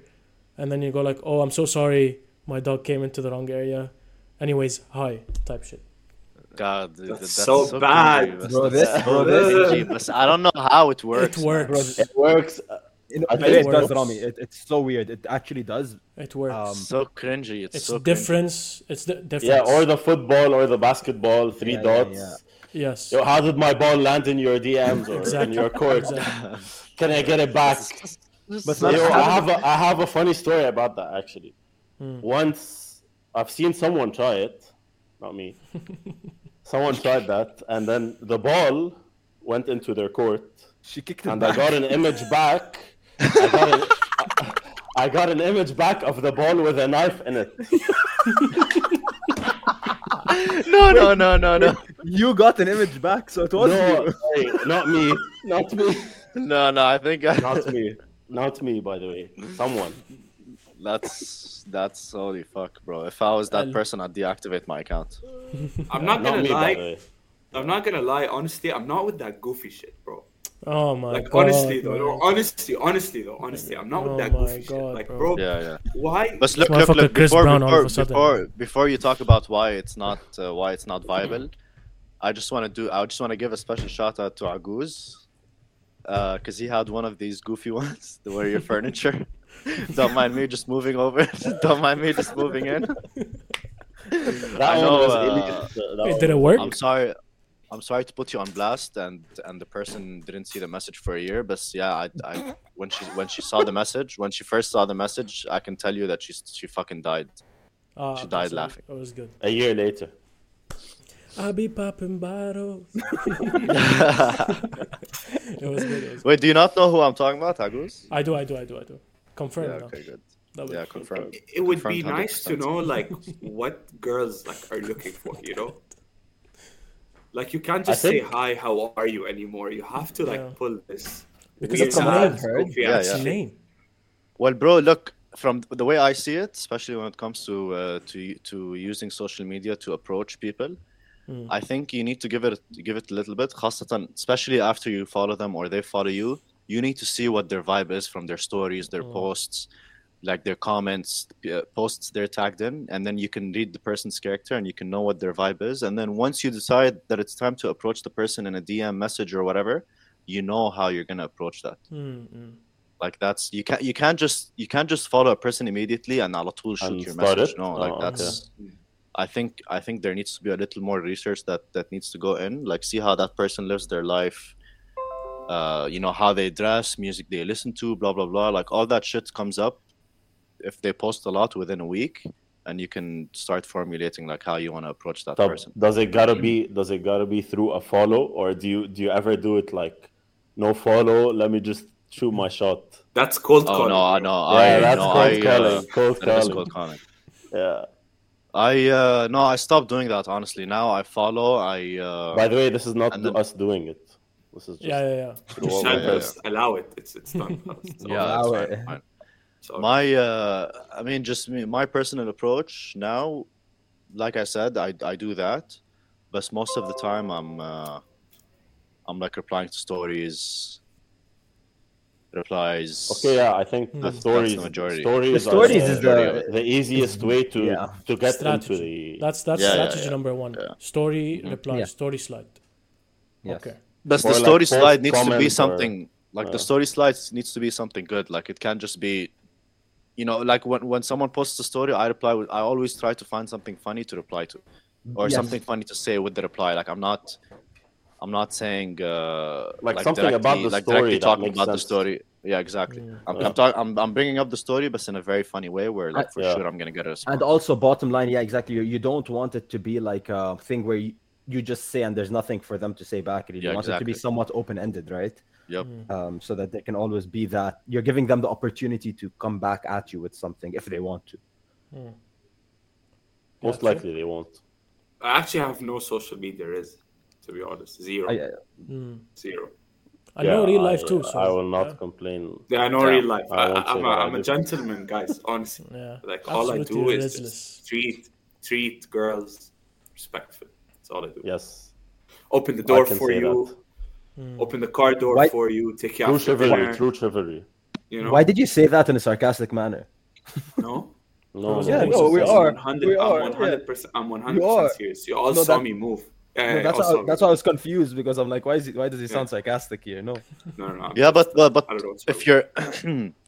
A: And then you go like, oh, I'm so sorry. My dog came into the wrong area. Anyways, hi, type shit.
B: God, dude,
D: That's so bad.
B: cringy, but
E: Bro,
B: that's
E: this-
B: so
E: bro, this-
B: cringy, but I don't know how it
A: It
B: works.
A: works.
C: It works. Uh,
E: You know,
C: I
E: it
C: think
E: it
A: it
E: does,
A: works.
E: Rami. It, it's so weird. It actually does.
A: It works.
E: Um,
B: It's so cringy. It's,
A: it's
B: so cringy.
A: difference. It's the difference.
C: Yeah, or the football or the basketball, three
E: Yeah, yeah,
C: dots.
E: yeah.
A: yes.
C: Yo, how did my ball land in your DMs or in
A: Exactly.
C: your court? Can I get it back?
E: But
C: Yo,
E: man,
C: I have a, I have a funny story about that actually.
A: Hmm.
C: Once I've seen someone try it, not
A: *laughs*
C: me. someone tried that, and then the ball went into their court,
E: she kicked it
C: and I
E: back.
C: got an image back. I got
A: *laughs*
C: an, I got an image back of the ball with a knife in it.
B: No, no, no, no, no,
E: *laughs* You got an image back, so it was
C: No,
E: you.
C: hey, not me, not me,
B: no, no. I think I,
C: not me, not me. By the way, someone.
B: *laughs* that's that's holy fuck, bro. If I was that
A: I'll-
B: person, I'd deactivate my account.
D: I'm not
C: Not
D: gonna
C: me, by the
D: lie.
C: way.
D: I'm not gonna lie. Honestly, I'm not with that goofy shit, bro.
A: oh my
D: Like
A: god.
D: honestly though,
A: man.
D: no, honestly, honestly though, honestly, I'm not
A: Oh
D: with that
A: my
D: goofy
A: God,
D: shit. Like,
A: bro.
D: bro,
B: Yeah, yeah.
D: why?
B: But look,
A: This
B: look,
A: motherfucker
B: look.
A: Chris
B: Before,
A: Brown all
B: before,
A: of a sudden.
B: before, before you talk about why it's not uh, why it's not viable, I just want to do. I just want to give a special shout out to Aguz, because he had one of these goofy *laughs* ones, the where your furniture. *laughs* Don't mind me just moving over. *laughs* Don't mind me just moving in.
C: That
B: I
C: one
B: know,
C: was
B: uh,
C: elite. That
A: It
C: one-
A: didn't work.
B: I'm sorry. I'm sorry to put you on blast, and and the person didn't see the message for a year. But yeah, I, I when she when she saw the message, when she first saw the message, I can tell you that she she fucking died.
A: Ah,
B: she
A: okay,
B: died
A: so
B: laughing.
A: It was good.
C: A year later.
A: I be popping
B: *laughs*
A: bottles. *laughs* it was good. It was good.
B: Wait, do you not know who I'm talking about, Agus?
A: I do. I do. I do. I do. Confirm
B: Yeah,
A: now.
B: okay, good.
A: That was
B: Yeah, confirmed.
D: it would be
B: Confirmed
D: nice to
B: 100%. *laughs*
D: know like what girls like are looking for, you know? Like you can't just say
C: think-
D: hi, how are you anymore. You have to like
A: Yeah.
D: pull this.
A: because
D: weird
A: it's a
D: ass,
A: name.
E: heard.
D: goofy
B: Yeah,
D: ass
B: yeah.
A: It's a
D: shit.
A: name.
B: Well, bro, look from the way I see it, especially when it comes to uh, to to using social media to approach people. I think you need to give it give it a little bit, خاصة, especially after you follow them or they follow you. You need to see what their vibe is from their stories, their posts, like their comments, uh, posts they're tagged in, and then you can read the person's character and you can know what their vibe is. And then once you decide that it's time to approach the person in a DM message or whatever, you know how you're gonna approach that.
A: Hmm,
B: Like that's you can't you can't just you can't just follow a person immediately and على طول shoot
C: And
B: your
C: start
B: message.
C: it?
B: No,
C: Oh,
B: like
C: okay.
B: that's. I think I think there needs to be a little more research that that needs to go in. Like see how that person lives their life. Uh, you know how they dress, music they listen to, blah blah blah. Like all that shit comes up if they post a lot within a week, and you can start formulating like how you want to approach that
C: Tab,
B: person.
C: does it gotta be does it gotta be through a follow or do you do you ever do it like no follow? Let me just shoot my shot.
D: That's cold
B: Oh
D: calling.
B: no, I
D: bro.
B: know,
C: yeah,
B: I
C: that's
B: know,
C: cold
B: I uh,
C: calling. cold
B: that is
C: calling.
B: cold calling.
C: Yeah.
B: I uh, no, I stopped doing that honestly. Now I follow. I uh,
C: By the way, this is not
B: And then-
C: us doing it. This is just
A: Yeah, yeah, yeah.
C: through
D: Just
C: all
B: Yeah,
D: try
C: the
B: yeah,
D: to
B: yeah.
D: just allow it. It's it's
B: *laughs*
D: done. It's all-
B: yeah, that's
E: Allow
B: fine,
E: it.
B: fine.
D: it's all-
B: My uh, I mean, just me, my personal approach now like I said, I, I do that, but most of the time I'm uh, I'm like replying to stories, replies.
C: Okay, yeah, I think the stories,
B: the majority.
C: stories,
E: The stories
C: are
E: is uh,
C: the,
E: the-
C: the easiest way to
E: Yeah.
C: to
A: strategy.
C: get into the.
A: That's that's
B: Yeah, yeah,
A: strategy
B: yeah.
A: number one.
B: Yeah. Mm-hmm.
A: Story reply,
E: Yeah.
A: story slide.
E: Yes.
A: Okay.
B: But
C: Or
B: the
C: like
B: story
C: post
B: slide needs to
C: comment
B: be
C: or-
B: something like the
C: Yeah.
B: story slide needs to be something good. Like it can't just be, you know, like when when someone posts a story, I reply with. I always try to find something funny to reply to, or
E: Yes.
B: something funny to say with the reply. Like I'm not, I'm not saying uh,
C: Like something about the
B: like
C: story
B: directly
C: that
B: talking
C: makes
B: about the
C: sense.
B: story. Yeah, exactly. I'm,
C: Yeah.
B: I'm, talk, I'm I'm bringing up the story, but in a very funny way, where like for
C: Yeah.
B: sure I'm gonna get a response.
E: And also, bottom line, yeah, exactly. You, you don't want it to be like a thing where you, you just say and there's nothing for them to say back. You
B: Yeah,
E: want it to
B: exactly.
E: be somewhat open ended, right?
B: Yep.
E: Um, so that they can always be that you're giving them the opportunity to come back at you with something if they want to.
C: Most
A: Gotcha.
C: likely they won't.
D: I actually have no social media, is to be honest, zero,
E: I, I-
D: zero.
A: I know real life
C: I,
A: too. So
C: I will not
A: yeah.
C: complain.
D: Yeah, no
B: Yeah,
D: real life.
C: I
D: I,
C: won't
D: I,
C: say
D: am a,
C: that I
D: I'm a
C: did.
D: gentleman, guys. Honestly,
A: Yeah.
D: like all I do
A: Absolutely
D: is
A: relentless.
D: just treat treat girls respectfully. That's all I do.
C: Yes,
D: Open the door
C: can
D: for
C: say
D: you. Open the car door
E: Why-
D: for you. Take you
C: true
D: out for
C: chivalry,
D: dinner,
C: true chivalry.
D: You know?
E: Why did you say that in a sarcastic manner?
D: no?
C: No,
A: Yeah,
C: no,
A: no,
C: it's
A: we
C: just-
E: are. We
D: 100,
E: are,
D: I'm 100. percent I'm 100
E: You are.
D: percent serious. You all
E: No,
D: saw
E: that-
D: me move. Yeah,
E: No,
D: yeah,
E: that's
D: you all
E: how,
D: saw me
E: that's why I was confused because I'm like, why is he, why does he sound
D: Yeah.
E: sarcastic here? No,
D: move. No, no, no.
B: Yeah, but but, but
D: I don't know what's
B: if you're *clears throat*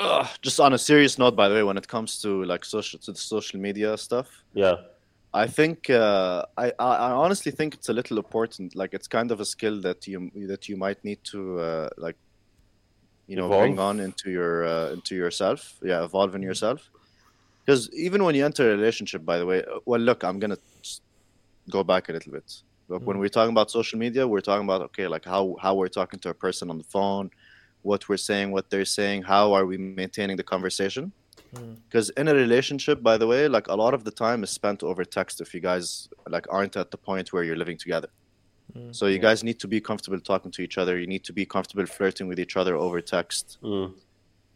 B: Ugh, just on a serious note, by the way, when it comes to like social to the social media stuff,
C: Yeah,
B: I think uh, I, I I honestly think it's a little important. Like it's kind of a skill that you that you might need to uh, like you know bring
C: Evolve.
B: on into your uh, into yourself. Yeah, evolve in yourself. Because even when you enter a relationship, by the way, uh, well, look, I'm gonna s- go back a little bit. Look, when we're talking about social media, we're talking about okay, like how how we're talking to a person on the phone, what we're saying, what they're saying, how are we maintaining the conversation? because in a relationship by the way like a lot of the time is spent over text if you guys like aren't at the point where you're living together so you guys need to be comfortable talking to each other you need to be comfortable flirting with each other over text
C: mm,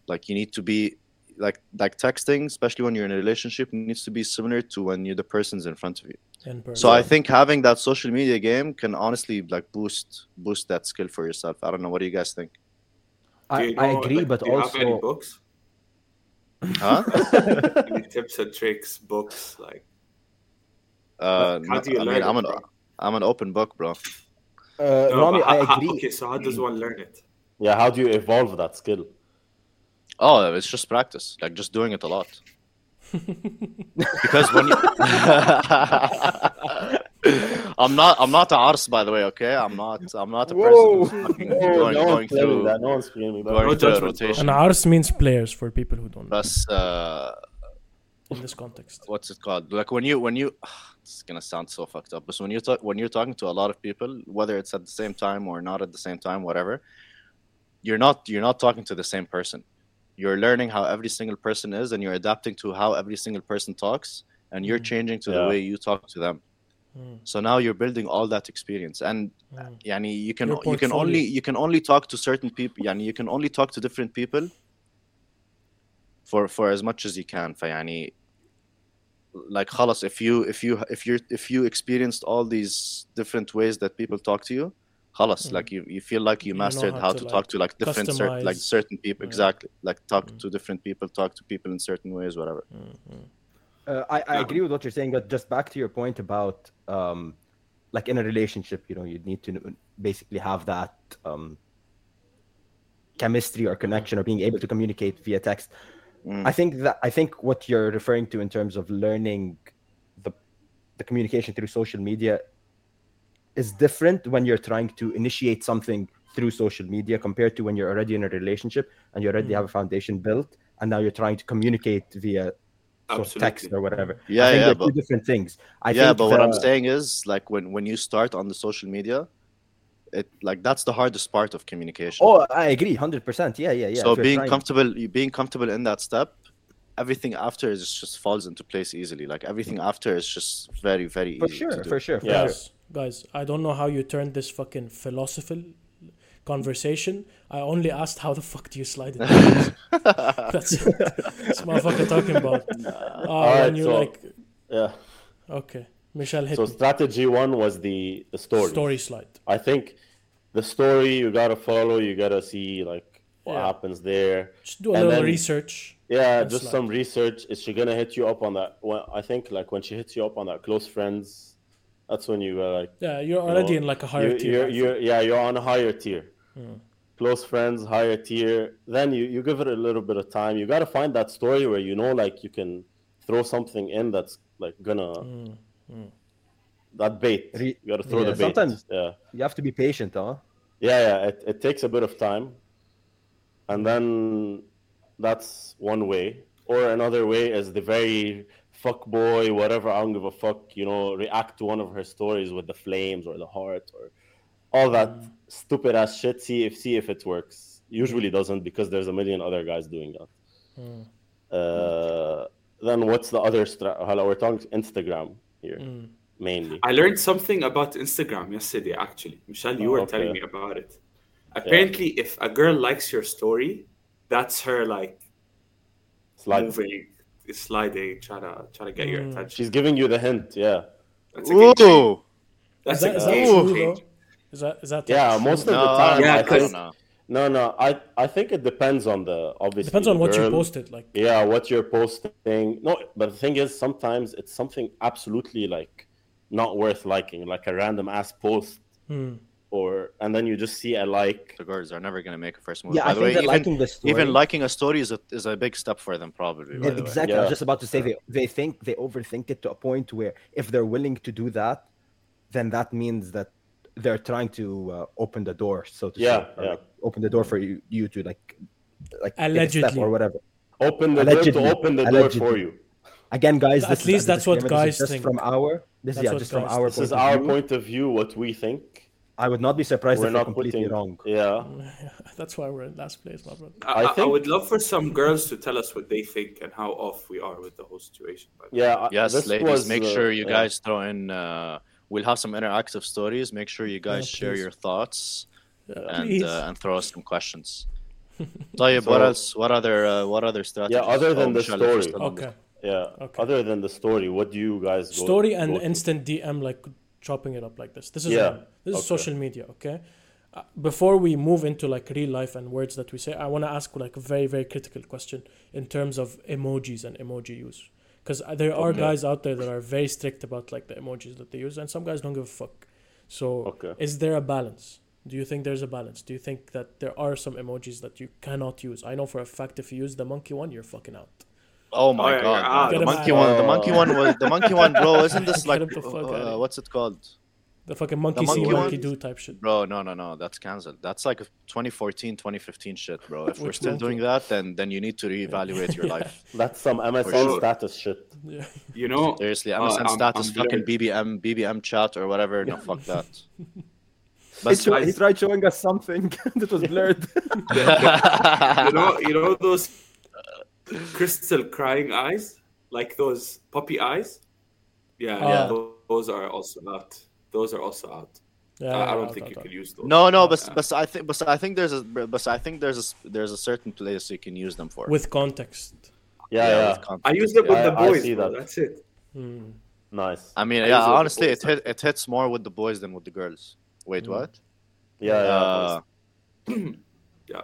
B: like you need to be like like texting especially when you're in a relationship needs to be similar to when you the person's in front of you
A: In person.
B: so i think having that social media game can honestly like boost boost that skill for yourself i don't know what do you guys think
E: I,
D: Do you
E: I
D: know,
E: agree,
D: like,
E: but
D: do you have any
E: also
D: books,
B: huh
D: any tips and tricks, books like
B: uh,
D: how do you
B: I
D: learn?
B: mean, i'm
D: it,
B: an
D: bro?
B: i'm an open book bro
E: uh,
D: No,
E: Rami,
D: but how-
E: I
D: *laughs* how-
E: agree. Hmm.
D: Okay, so how does one learn it?
C: yeah. How do you evolve that skill?
B: Oh, it's just practice, like just doing it a lot. because when you... *laughs* I'm not, I'm not a arse, by the way. Okay, I'm not, I'm not a
E: Whoa.
B: person who's fucking
C: No,
B: going,
C: no
B: going
C: one's claiming
B: through,
C: that. No one's claiming that.
B: going through
D: No
B: a
D: judgment, bro.
B: rotation.
A: and ours means players for people who don't know
B: Plus, uh,
A: in this context.
B: what's it called? Like when you, when you, *sighs* it's gonna sound so fucked up, but when you talk, when you're talking to a lot of people, whether it's at the same time or not at the same time, whatever, you're not, you're not talking to the same person. you're learning how every single person is and you're adapting to how every single person talks and
A: Mm.
B: you're changing to the
C: Yeah.
B: way you talk to them so now you're building all that experience and yani you can
A: Mm. Your
B: you can
A: portfolio.
B: only you can only talk to certain people yani you can only talk to different people for for as much as you can فيعني like خلاص if you if you if you if you experienced all these different ways that people talk to you خلاص like you, you feel like you
A: Mm. You know
B: mastered
A: how
B: how
A: to,
B: to,
A: like,
B: talk to like different cert- like
A: customize. Mm.
B: certain people exactly like talk to different people talk to people in certain ways whatever
E: Uh, I, I agree with what you're saying, but just back to your point about um, like in a relationship, you know, you need to kn- basically have that um, chemistry or connection or being able to communicate via text.
B: Mm.
E: I think that I think what you're referring to in terms of learning the the communication through social media is different when you're trying to initiate something through social media compared to when you're already in a relationship and you already
B: Mm.
E: have a foundation built and now you're trying to communicate via sort of text
D: Absolutely.
E: or whatever.
B: Yeah,
E: I think
B: yeah,
E: they're
B: but-
E: two different things. I
B: yeah
E: think uh,
B: but what i'm
E: the-
B: saying is like when when you start on the social media it like that's the hardest part of communication
E: Oh, I agree, hundred percent. Yeah, yeah,
B: so
E: yeah. if you're
B: being
E: trying-
B: comfortable you being comfortable in that step everything after is just falls into place easily like everything after is just very very
E: Mm. for
B: easy to
E: sure,
B: do.
E: for sure, for
C: Yeah.
E: sure.
A: Guys, guys, I don't know how you turned this fucking philosophical conversation. I only asked how the fuck do you
C: *laughs*
A: slide it. *laughs* That's it. That's what I'm fucking talking about. Uh,
C: right,
A: when you
C: so-
A: like
C: Yeah.
A: Okay. Michelle hit
C: So
A: me.
C: strategy one was the the story.
A: story slide.
C: I think the story you gotta follow. You gotta see like what
A: Yeah.
C: happens there.
A: Just do a
C: And
A: little
C: then-
A: research.
C: Yeah,
A: That's
C: just
A: like-
C: some research. Is she gonna hit you up on that? Well, I think like when she hits you up on that close friends, that's when you were like
A: Yeah, you're already
C: know,
A: in like a higher
C: you-
A: tier.
C: You're,
A: I Hmm.
C: you're, yeah, you're on a higher tier. Close friends, higher tier. Then you, you give it a little bit of time. You got to find that story where you know, like, you can throw something in that's like gonna
A: Hmm.
C: that bait.
E: Re-
C: you got to throw
E: yeah,
C: the bait.
E: sometimes-
C: yeah,
E: You have to be patient, huh?
C: yeah, yeah. It, it takes a bit of time, and then that's one way. Or another way is the very fuck boy, whatever. I don't give a fuck. You know, react to one of her stories with the flames or the heart or all that stupid ass shit. See if see if it works. Usually doesn't because there's a million other guys doing that. Uh, then what's the other? Stra- Hello, we're talking Instagram here mainly.
D: I learned something about Instagram yesterday, actually. Michelle, you
C: Oh,
D: were
C: okay.
D: telling me about it. Apparently, if a girl likes your story, that's her like
C: It's like
D: moving, sliding, trying to try to get your attention.
C: she's giving you the hint. Yeah.
D: That's a game changer.
B: Ooh.
A: Is
D: That's
A: that,
D: a
A: is that
D: game
A: true
D: changer.
A: though? Is that is that
C: Oh, Yeah,
A: true?
C: most of the
B: No,
C: time.
D: Yeah,
C: I
B: I don't
D: because-
C: think,
B: know.
C: no, no. I I think it depends on the obviously.
A: depends on
C: the
A: what you
C: girl.
A: posted. Like
C: Yeah, what you're posting. No, but the thing is, sometimes it's something absolutely like not worth liking, like a random ass post,
A: Hmm.
C: or and then you just see a like.
B: The girls are never gonna make a first move.
E: Yeah,
B: by
E: I
B: the
E: think
B: way,
E: that
B: even,
E: liking the story-
B: even liking a story is a, is a big step for them, probably. By the way.
E: exactly. I
C: Yeah.
E: was just about to say they, they think they overthink it to a point where if they're willing to do that, then that means that they're trying to uh, open the door, so to
C: Yeah,
E: say, or,
C: yeah.
E: like, open the door for you, you to like like take a step
A: Allegedly.
E: or whatever.
C: Open the door
E: Allegedly.
C: to open the door for
E: Allegedly.
C: you.
E: Again, guys,
A: At
E: this is
A: least
E: a
A: that's what
E: disclaimer. This
A: guys
E: is just
A: think.
E: from our this
A: That's
E: yeah,
A: what
E: just from
A: guys
E: our
A: think.
C: This is
E: point of
C: our
E: view.
C: point of view, what we think.
E: I would not be surprised
C: We're
E: if they're
C: not
E: completely
C: putting
E: wrong. *laughs*
C: Yeah,
A: that's why we're in last place, my brother.
D: I,
C: I
D: I- I
C: think-
D: would love for some girls to tell us what they think and how off we are with the whole situation. by the way.
C: yeah. I-
B: Yes,
C: this
B: ladies,
C: was,
B: make
C: uh,
B: sure you
C: yeah.
B: guys throw in. Uh, we'll have some interactive stories. Make sure you guys share
A: please.
B: your thoughts and
A: please.
B: uh, and throw us some questions. Tayyib, what
C: So-
B: else? What other uh, what other strategies? oh,
C: other than the
B: Michelle, if you're
C: story.
B: still on this-
A: Okay.
C: Yeah.
A: Okay.
C: Other than the story, what do you guys go,
A: Story and
C: go to?
A: instant DM, like chopping it up like this. This is
C: Yeah,
A: um, this is
C: okay.
A: social media. Okay. Uh, Before we move into like real life and words that we say, I want to ask like a very very critical question in terms of emojis and emoji use, because there are guys out there that are very strict about like the emojis that they use, and some guys don't give a fuck. So,
C: Okay.
A: is there a balance? Do you think there's a balance? Do you think that there are some emojis that you cannot use? I know for a fact if you use the monkey one, you're fucking out.
B: Oh my
D: Oh, yeah, yeah, ah,
B: god! man.
A: Get
B: the
A: him
B: monkey
A: out.
B: one. The monkey one was the monkey one, bro. Isn't
A: *laughs*
B: this
A: Get
B: like
A: him the fuck outta
B: uh,
A: here.
B: what's it called?
A: The fucking monkey
B: monkey
A: see,
B: one?
A: monkey do type shit.
B: Bro, no, no, no. That's canceled. That's like a 2014, 2015 shit, bro. If we're
A: Which
B: still
A: monkey?
B: doing that, then then you need to reevaluate your
D: *laughs*
B: life.
C: That's some MSN
B: sure.
C: status shit.
D: You know,
B: Seriously,
D: uh,
B: MSN
D: I'm-
B: status,
D: I'm
B: fucking
D: blurred.
B: BBM, BBM chat or whatever. No, fuck
D: *laughs*
B: that.
E: It's
B: But
E: he tried showing us something *laughs* that was blurred.
C: *laughs*
D: you know, you know those crystal crying eyes, like those puppy eyes. Yeah,
A: Yeah.
C: Ah.
D: tho- those are also out. Those are also out.
A: Yeah,
D: I, I don't
C: Ah,
A: out,
D: think
A: out,
D: you
A: out.
D: can use those.
B: *laughs* no, no. But
D: Yeah.
B: but I think but I think there's a but I think there's a s- there's a certain place you can use them for.
A: with context.
C: Yeah, yeah.
B: with content.
D: I use them with
C: I-
D: the
C: I
D: boys.
C: see
D: bro,
C: that.
D: That's it.
C: Nice.
B: I mean,
D: I
B: yeah.
D: use it with the
B: Honestly,
D: boys.
B: it hit, it hits more with the boys than with the girls.
D: Mm.
B: Wait, what?
C: yeah, yeah.
B: Uh,
D: Yeah.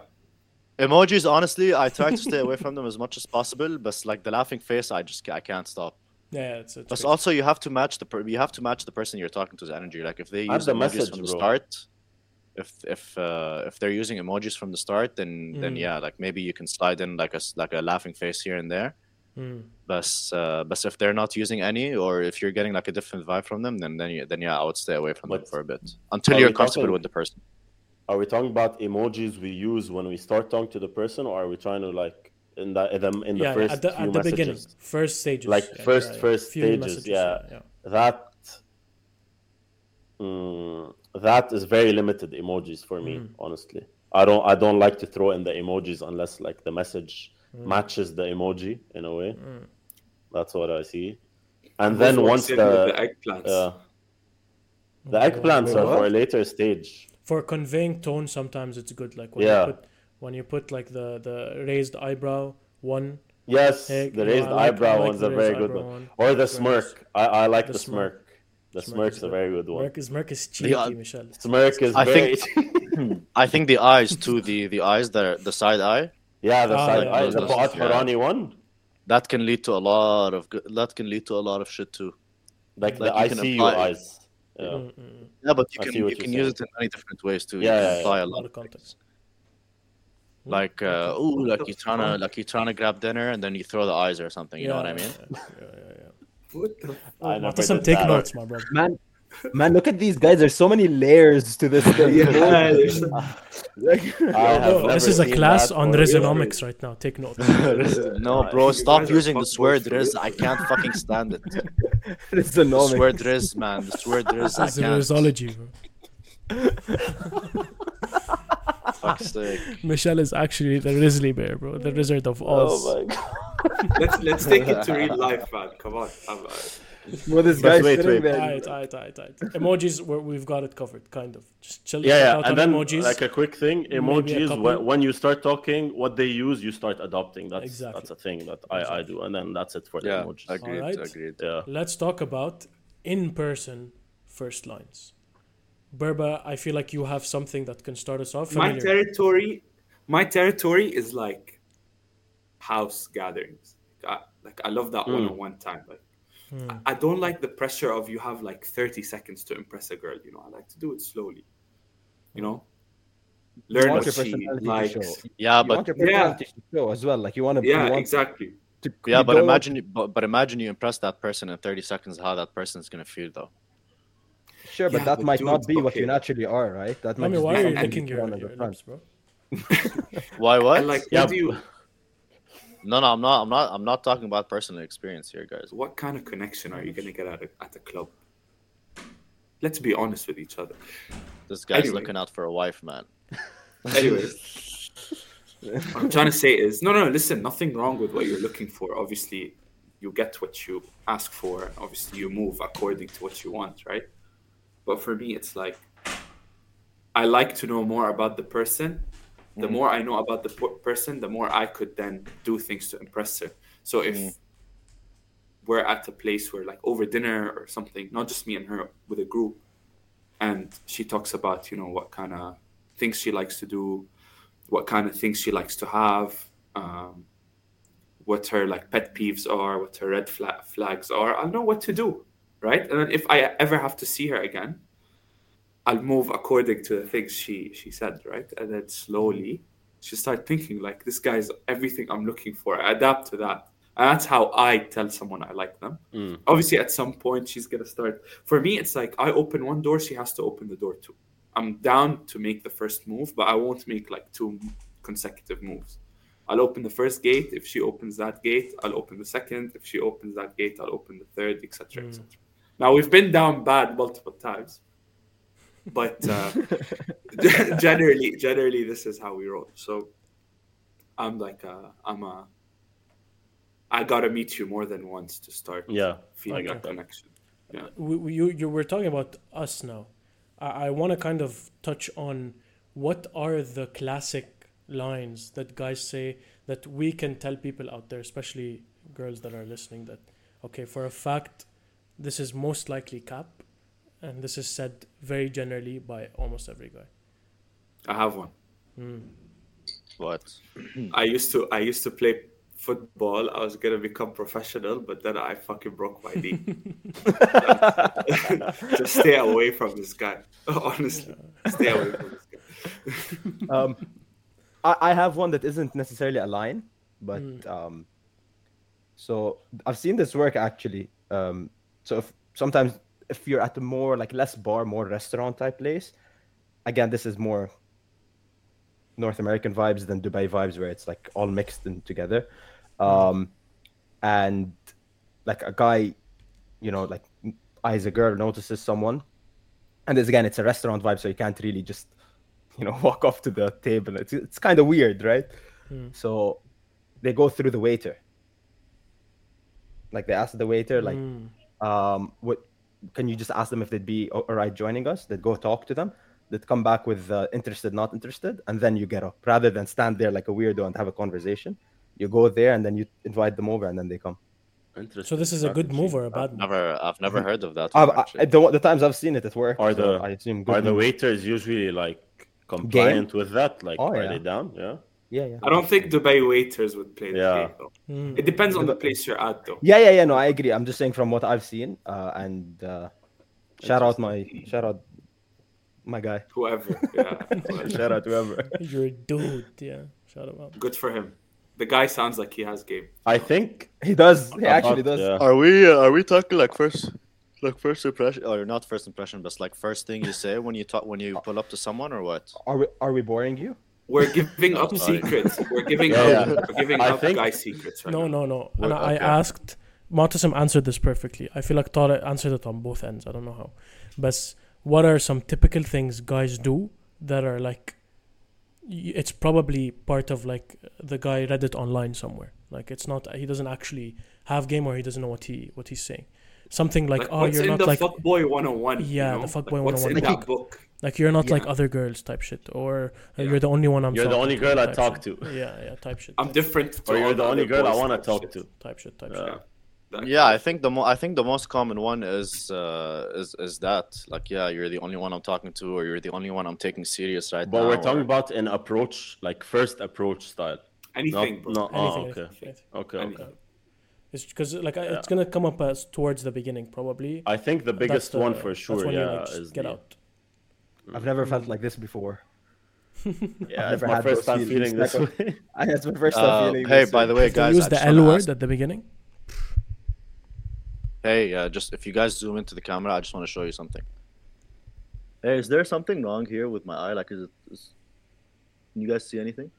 B: emojis. Honestly, I try to stay away from them as much as possible. But like the laughing face, I just ca- I can't stop.
A: Yeah, it's, it's
B: But
A: crazy.
B: also, you have to match the per- you have to match the person you're talking to's energy. Like if they
C: And
B: use
C: the
B: emojis
C: message,
B: from the
C: bro.
B: start, if if uh, if they're using emojis from the start, then then yeah, like maybe you can slide in like a s- like a laughing face here and there. But uh, but if they're not using any, or if you're getting like a different vibe from them, then then, you, then yeah, I would stay away from them
C: But
B: for a bit until
C: are
B: you're
C: we
B: comfortable
C: talking-
B: with the person.
A: Uh,
C: Are we talking about emojis we use when we start talking to the person, or are we trying to like in the in the, in the
A: yeah,
C: first
A: at the,
C: few
A: at the beginning,
C: messages,
A: first stages,
C: like
A: yeah,
C: first
A: yeah, yeah.
C: first
A: Few
C: stages?
A: messages,
C: yeah.
A: yeah.
C: that mm, that is very limited emojis for me,
A: Mm.
C: honestly. I don't I don't like to throw in the emojis unless like the message
A: Mm.
C: matches the emoji in a way. That's what I see. And then
D: Those
C: once
D: ones in with the
C: the
D: eggplants.
C: uh, the eggplants are for a later stage.
A: For conveying tone, sometimes it's good. Like when
C: Yeah.
A: you put when you put like the the raised eyebrow one
C: Yes,
A: Heck,
C: the
A: no,
C: raised
A: I like- I
C: eyebrow
A: like
C: one's
A: the
C: a very
A: raised
C: good
A: eyebrow
C: one.
A: one.
C: Or the
A: Whereas-
C: smirk. I, I like
A: The
C: the, smirk. The
A: Smirk
C: smirk's
A: is
C: a
A: good.
C: very good one.
A: Merk is Merk is
C: *laughs*
A: cheeky,
B: Yeah.
A: Michel.
C: Smirk is
B: I
C: very.
B: think- I think the eyes too. The the eyes, the the side eye,
C: *laughs* yeah, the
A: Ah,
C: side
A: yeah.
C: eye, the
B: Yeah.
C: Fuad Harani one.
B: that can lead to a lot of good, that can lead to a lot of shit too.
C: Like,
B: Like you
C: the
B: can
C: ICU
B: apply it.
C: eyes. Yeah.
A: Mm-hmm.
B: Yeah, but you
C: I
B: can
C: see what
B: you
C: you're
B: can use it in many different ways too. You
C: Yeah,
B: can
C: yeah, yeah.
B: apply a
A: A lot
B: lot.
A: of context.
B: Like uh, oh, like you're trying to like you're trying to grab dinner and then you throw the eyes or something. You know what I
A: *laughs*
B: mean?
A: Yeah, yeah, yeah.
D: What the
C: I never
A: Matasam,
C: did
A: take
C: that.
A: notes, my brother.
E: Man, man, look at these guys. There's so many layers to
D: *laughs*
E: this thing.
D: *laughs* Yeah, there's-
C: *laughs*
E: *laughs*
C: I have
A: Oh, this
C: never
A: is a
C: seen
A: class
C: that
A: on
C: or-
A: resonomics right now. Take
C: *laughs*
A: notes.
B: No, bro,
D: you
B: stop
D: guys are
B: using
D: fuckboys
B: this word
D: for
B: Riz.
D: real.
B: I can't fucking stand it.
E: it's the
B: This
E: norm.
B: word Riz, man. This word Riz, I
A: This is
B: can't.
A: rizology, bro.
B: Fuck's sake.
A: Michelle is actually the Risley bear, bro. The Wizard of Oz.
C: Oh my god.
D: let's let's take it to real life, man. Come on. I'm, uh,
E: Well, this
C: But
E: guy's
C: wait,
E: sitting
C: wait.
E: there.
A: Tight, tight, tight, tight. Emojis, we're, we've got it covered, kind of. Just chill shout
C: Yeah, yeah.
A: out
C: And
A: on
C: then,
A: emojis.
C: like a quick thing, emojis.
A: couple.
C: When, when you start talking, what they use, you start adopting. That's
A: Exactly.
C: that's a thing that I, I do, and then that's it for the
B: Yeah,
C: emojis.
B: agreed,
A: Alright.
B: agreed.
C: Yeah.
A: Let's talk about in-person first lines. Berba, I feel like you have something that can start us off.
D: my
A: Familiar.
D: territory my territory is like house gatherings I, like i love that one-on-one time like I- i don't like the pressure of you have like 30 seconds to impress a girl you know i like to do it slowly you know learn what
E: want your
D: she
E: personality to
D: likes
E: show.
B: Yeah,
E: you
B: but
E: want your
D: Yeah.
E: personality to show as well. Like you want to.
D: yeah
E: you want
D: exactly
E: To,
B: Yeah,
E: you
B: but
E: don't want-
B: imagine, but, but imagine you impress that person in 30 seconds. How that person's gonna feel though?
E: Sure, but
D: Yeah,
E: that
D: but
E: might not
D: dude,
E: be what you
D: okay.
E: naturally are, right? That
A: I
E: might
A: mean,
E: just
A: why
E: be
A: are you
E: something
A: licking
E: put
A: your,
E: on as a
A: your
E: front.
A: lips, bro?
B: Why? What?
D: and like
C: Yeah.
D: what do you
B: no, no, I'm not. I'm not. I'm not talking about personal experience here, guys.
D: what kind of connection are you going to get at a, at a club let's be honest with each other
B: This guy's
D: Anyway.
B: looking out for a wife, man.
D: Anyway, what I'm trying to say is no, no. Listen, nothing wrong with what you're looking for. Obviously, you get what you ask for, and obviously you move according to what you want, right? But for me, it's like I like to know more about the person. The more I know about the per- person, the more I could then do things to impress her. So if we're at a place where, like, over dinner or something, not just me and her with a group, and she talks about you know what kind of things she likes to do what kind of things she likes to have um, what her like pet peeves are what her red fla- flags are i'll know what to do right and then if i ever have to see her again i'll move according to the things she she said right and then slowly she start thinking like this guy's everything i'm looking for i adapt to that and that's how i tell someone i like them obviously at some point she's gonna start for me it's like i open one door she has to open the door too i'm down to make the first move but i won't make like two consecutive moves i'll open the first gate if she opens that gate i'll open the second if she opens that gate i'll open the third etc etc now we've been down bad multiple times but
C: *laughs*
D: uh, *laughs* generally generally this is how we roll so i'm like a, i'm a i gotta meet you more than once to start
C: Yeah, I
D: feeling
C: got
D: that connection yeah
A: we, we, you, you were talking about us now. I, I want to kind of touch on what are the classic lines that guys say that we can tell people out there, especially girls that are listening, that, okay, for a fact, this is most likely cap, and this is said very generally by almost every guy.
D: i have one
B: What?
C: Hmm.
D: I used to I used to play football. I was gonna become professional, but then I fucking broke my
C: *laughs*
D: knee. *laughs* Just stay away from this guy. *laughs* Honestly, stay away from this guy.
E: I, I have one that isn't necessarily a line, but um, so I've seen this work actually. Um, so if, sometimes if you're at a more like less bar, more restaurant type place, again, this is more North American vibes than Dubai vibes, where it's like all mixed in together. Um, and like a guy, you know, like eyes a girl, notices someone, and this again, it's a restaurant vibe, so you can't really just, you know, *laughs* walk off to the table. It's it's kind of weird, right? Hmm. So they go through the waiter. Like they ask the waiter, like, um, what can you just ask them if they'd be all right joining us? They'd go talk to them. They'd come back with uh, interested, not interested, and then you get up rather than stand there like a weirdo and have a conversation. You go there and then you invite them over and then they come.
C: Interesting.
A: So this is a good move or a bad move?
B: Never, I've never heard of that.
E: I've,
B: one,
E: I,
B: actually.
E: I- the, the times I've seen it, it works.
C: Are
E: so
C: the-
E: I assume good
C: Are the
E: move.
C: waiters usually like compliant with that? Like,
E: Oh,
C: are
E: yeah.
C: they down? Yeah.
A: *laughs*
E: Yeah, yeah.
D: I don't think Dubai waiters would play the
C: Yeah.
D: game though.
A: Mm.
D: It depends on the place you're at
C: *laughs*
D: though.
E: Yeah, yeah, yeah. No, I agree. I'm just saying from what I've seen, uh, and uh, shout out my shout out my guy.
D: Whoever.
C: *laughs*
D: Yeah. whoever.
E: Shout out whoever.
A: You're a dude. Yeah. Shout him out.
D: Good for him. The guy sounds like he has game.
C: I think
E: He does. He actually
C: about-
E: does.
C: yeah.
B: Are we uh, are we talking like first like first impression or not first impression, but like first thing you say when you talk when you pull up to someone or what?
E: Are we are we boring you?
D: We're giving
C: *laughs*
D: up
B: sorry.
D: secrets. We're giving
C: Yeah,
D: up.
C: yeah.
D: We're giving
C: I
D: up
C: think-
D: guy secrets. Right
A: No,
D: now.
A: no, no. And
B: Well,
A: I
B: okay.
A: asked. Martasim answered this perfectly. I feel like Tara answered it on both ends. I don't know how. But what are some typical things guys do that are like. y- It's probably part of like the guy read it online somewhere. Like it's not he doesn't actually have game or he doesn't know what he what he's saying. Something like,
D: Like,
A: oh
D: what's
A: you're
D: in
A: not
D: the
A: like
D: fuckboy 101?
A: Yeah,
D: you know?
A: the
D: Like,
A: fuckboy
D: What's in
A: 101.
D: that book?
A: Like you're not like
D: Yeah.
A: other girls type shit, or uh,
D: Yeah.
A: you're the only one I'm.
C: You're the
A: talking
C: only
A: to
C: girl I
A: type
C: talk
A: shit.
C: to.
A: Yeah, yeah, type shit.
D: I'm Uh,
A: type
D: different. to
C: or
D: all
C: you're the only
D: other
C: girl I
D: boys
C: want to
D: type
C: talk
D: shit.
C: to. Uh,
A: shit, type shit, type
C: Yeah.
A: shit.
D: That-
B: Yeah, I think the mo- I think the most common one is uh, is is that like yeah, you're the only one I'm talking to, or you're the only one I'm taking serious right
C: But
B: now.
C: we're talking
B: or-
C: about an approach, like first approach style. No,
D: Anything, bro.
C: no,
A: Anything,
C: oh, okay.
A: anything, anything.
C: okay, okay.
D: Anything.
A: It's because like I it's gonna come up as towards the beginning probably.
C: I think the
A: That's
C: Uh, biggest
A: the-
C: one for
A: that's
C: sure,
A: when you,
C: yeah,
A: like, just
C: is
A: get
C: the-
A: out.
E: I've never felt
D: Mm.
E: like this before.
C: Yeah, it's
E: never
C: my
E: had
C: first
E: those
C: time
E: feelings.
C: feeling this
E: Like,
C: way.
E: *laughs* I it's my first time
B: Uh,
E: feeling.
B: hey,
E: this.
B: by the way,
A: If they
B: guys,
A: use
B: I
A: the
B: just
A: L
B: wanna
A: word
B: ask-
A: at the beginning.
B: Hey, uh, just if you guys zoom into the camera, I just want to show you something. Hey, is there something wrong here with my eye? Like, is it? Is... Can you guys see anything?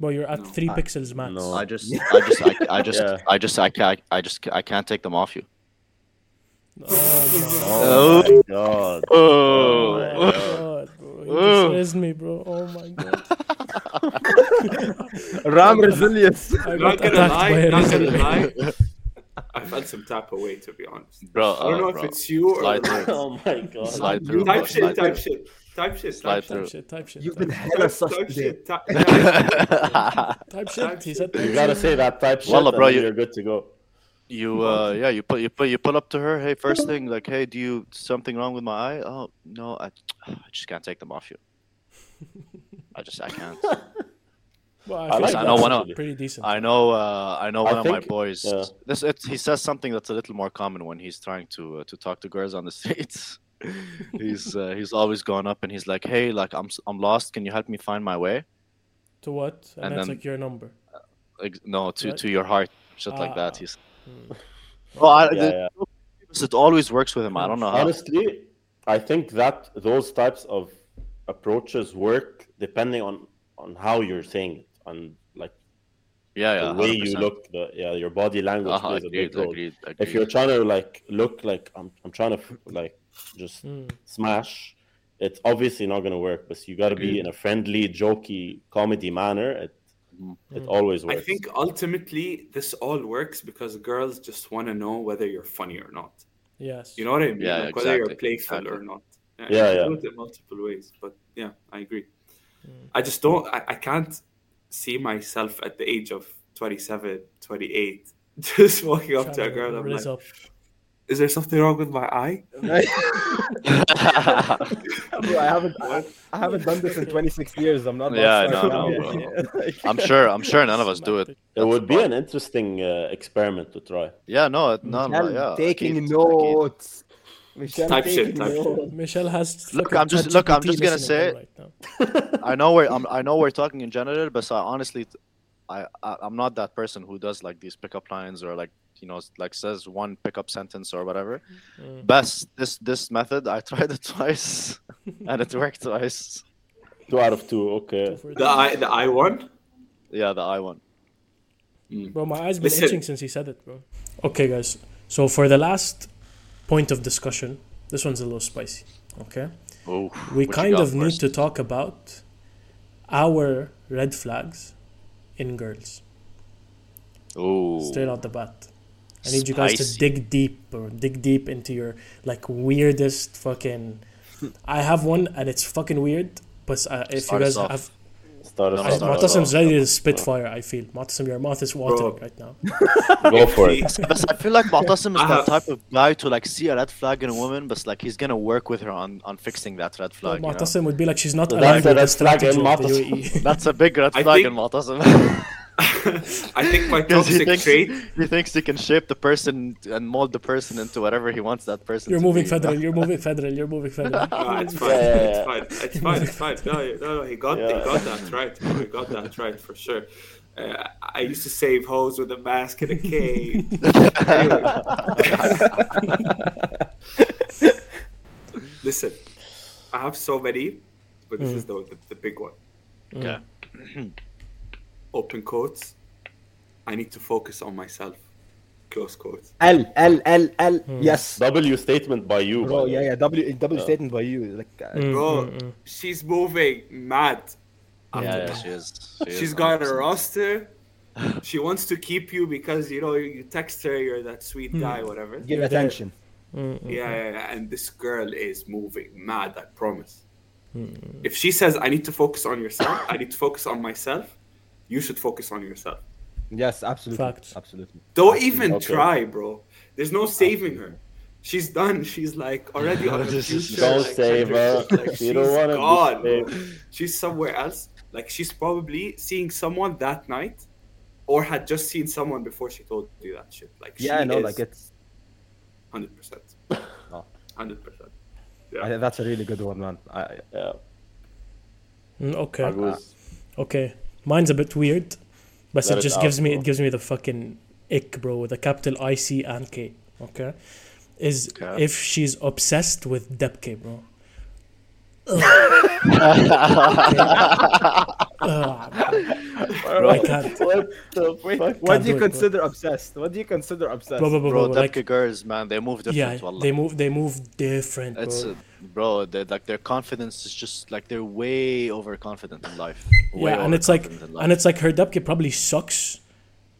A: Well, you're at
D: No.
A: three pixels max.
C: no.
B: I just, I just, I, I *laughs* just,
C: Yeah.
B: I just, I can't, I just, I can't take them off you.
A: Oh,
C: Oh, my God.
B: Oh,
A: bro. Oh my god, bro! You just raised me, bro. Oh my god!
E: Ram resilience.
A: I
D: Not
A: got
D: gonna
A: attacked by
D: lie.
A: a
D: Not
A: razor. *laughs*
D: gonna lie. I felt some type of way to be honest.
B: bro!
D: I don't know if it's you or
B: Slide
D: the-
B: through.
C: Oh
A: *laughs*
C: my God.
B: Slide through. bro,
D: type shit,
B: slide
D: type
B: through.
D: shit, type shit,
B: Slide
D: type
B: through.
D: shit,
A: Type shit, type shit.
E: You've
A: type
E: been
A: shit.
E: hella sus
D: type
E: today.
D: Oh,
B: *laughs*
D: shit, type- yeah,
A: Type shit. He said.
C: You gotta say that type shit,
B: Wallah,
C: and
B: bro,
C: then
B: you-
C: you're good to go.
B: You uh yeah you put you put you pull up to her hey first thing like hey do you something wrong with my eye oh no I, I just can't take them off you I just I
C: *laughs*
B: can't
A: Well,
C: I
A: feel
C: like
A: like
C: that, I know, why
A: that's
B: not?
A: Pretty decent.
B: I know uh I know
C: I
B: one of my
C: think-
B: boys
C: yeah.
B: this it, he says something that's a little more common when he's trying to uh, to talk to girls on the *laughs* streets he's uh, he's always gone up and he's like hey like I'm s- I'm lost can you help me find my way
A: To what? And,
B: And
A: that's
B: then-
A: like your number.
B: like, no to
A: Right.
B: to your heart shit like
A: Ah.
B: that he's well I,
C: Hmm. Yeah, yeah. Hmm.
B: it always works with him I don't know how
C: Honestly, I think that those types of approaches work depending on on how you're saying it, on like
B: yeah yeah
C: the way you
B: 100%.
C: look, the, yeah, your body language
B: Uh-huh,
C: plays a
B: agreed,
C: big role.
B: agreed,
C: If
B: agreed.
C: you're trying to like look like I'm, I'm trying to like just smash, it's obviously not gonna work. But you got to be in a friendly, jokey, comedy manner. It it always
D: I
C: works.
D: think ultimately this all works because girls just want to know whether you're funny or not.
A: Yes.
D: You know what I mean?
B: Yeah,
D: like whether you're
B: exactly,
D: playful or
B: exactly.
D: not.
C: Yeah,
D: you
C: yeah.
D: Do it in multiple ways, but yeah, I agree. I just don't. I, I can't see myself at the age of 27, 28, *laughs* just walking up to a girl. I'm like,
A: Riz up.
D: is there something wrong with my eye?
E: *laughs*
B: *laughs*
E: Bro, I haven't I, I haven't done this in 26 years. I'm not.
B: Yeah,
E: that
B: no,
E: smart
B: no,
E: now. *laughs*
B: I'm sure. I'm sure none of us do it.
C: it would be an interesting uh, experiment to try.
B: Yeah, no, it- no, no,
E: Michelle
B: yeah.
E: taking
B: Akid, Akid.
E: notes. Michelle
D: Type shit,
E: taking
D: type shit.
E: notes.
A: Michelle has.
B: Look,
A: fucking
B: I'm just- look, I'm
A: ChatGPT
B: just gonna
A: listening
B: say
A: to her Right now.
B: I know we're. I'm, I know we're talking in general, but so I honestly, I, I I'm not that person who does like these pickup lines or like you know like says one pickup sentence or whatever. Mm. Best this this method. I tried it *laughs* twice, and it worked twice.
C: Two out of two. Okay.
A: For
D: The eye, the eye one.
B: Yeah, the I one.
A: Bro, my eyes been
D: Listen.
A: itching since he said it, bro. Okay, guys. So for the last point of discussion, this one's a little spicy. Okay,
B: Oh,
A: we
B: what you
A: kind
B: got
A: of need
B: first?
A: to talk about our red flags in girls
B: Ooh.
A: straight out the bat. I need you guys to
B: Spicy.
A: dig deep, or dig deep into your like weirdest fucking. I have one, and it's fucking weird. But uh, if
B: Start
A: you
B: us
A: guys
B: off.
A: have
C: Start us
B: Nice.
C: off.
A: Mu'tasim's ready to spitfire, I feel. Mu'tasim, your mouth is watering
D: Bro.
A: right now.
C: Go for it.
D: Please.
B: But I feel like Mu'tasim is
D: I
B: that
D: have-
B: type of guy to like see a red flag in a woman, but like he's gonna work with her on, on fixing that red flag. you know?
A: Mu'tasim would be like, she's not
C: That's
A: aligned
C: a
A: with the
C: red flag
A: strategy
C: in
A: of the E.
C: Mu'tasim.
A: UAE.
B: That's a big red
D: I
B: flag
D: think-
B: in *laughs* Mu'tasim.
D: *laughs* I think my
B: Because he
D: toxic
B: thinks,
D: trait.
B: he thinks he can shape the person and mold the person into whatever he wants that
A: *laughs*
B: person
A: You're
B: to
A: moving
B: be, you know?
A: federal, you're
B: *laughs*
A: moving federal, you're moving federal.
D: No, Ah,
C: *laughs*
D: it's fine.
C: Yeah, yeah,
D: It's
C: yeah.
D: fine. It's fine. It's fine. No, you- no, no. He got,
C: Yeah.
D: he got that right. He got that right for sure. Uh, I used to save hoes with a mask and a cane.
C: *laughs*
D: Anyway. Listen, I have so many, but
C: Mm.
D: this is the, the, the big one.
B: Okay.
D: *clears throat* Open quotes. I need to focus on myself. Close quotes.
E: L L L L.
D: Hmm.
E: Yes.
C: W statement by you. by
E: Bro,
C: the
E: yeah,
C: way.
E: yeah. W W statement by you. Like, uh,
A: Mm.
C: Mm,
D: Bro, she's moving mad.
B: Yeah,
D: after
B: yeah,
D: that.
B: she is. She
D: She's
B: is
D: got a
B: 100%. *laughs*
D: roster. She wants to keep you because you know you, you text her, you're that sweet
C: Mm.
D: guy, whatever. Yeah.
E: give attention.
D: yeah, yeah. And this girl is moving mad. I promise.
C: Hmm.
D: If she says I need to focus on yourself, I need to focus on myself. You should focus on yourself.
E: Yes, absolutely.
A: Facts.
E: Absolutely.
D: Don't even
C: Okay.
D: try, bro. There's no saving her. She's done. She's like already
C: *laughs*
D: on her future.
C: Don't
D: like,
C: save her.
D: Like,
C: you don't
D: she's
C: want to
D: gone, bro. she's somewhere else. Like she's probably seeing someone that night, or had just seen someone before she told you that shit. Like
E: Yeah,
D: she
E: no,
D: is
E: like it's.
D: hundred
C: *laughs*
D: percent,
E: No.
D: hundred percent.
E: I, that's a really good one, man. I,
C: Yeah.
A: Mm, okay.
C: Agus.
A: Okay, mine's a bit weird, but
C: Let
A: it
C: it
A: just
C: out,
A: gives me
C: bro.
A: it gives me the fucking ick, bro, with a capital I C and K. Okay, is
B: Okay.
A: if she's obsessed with Depke,
C: *laughs*
A: bro. *laughs* Ugh. Bro, I can't.
C: What the fuck?
E: what
A: Can't
E: do you
A: do it, bro.
E: consider obsessed? What do you consider obsessed?
A: Bro, bro, bro,
B: Bro,
A: bro,
B: Depke
A: like,
B: girls, man, they move different.
A: yeah,
B: wallah.
A: they move, they move different, bro.
B: It's uh, bro, they like their confidence is just like they're way overconfident in life. Way
A: yeah, and it's like,
B: overconfident in life.
A: and it's like her Depke probably sucks,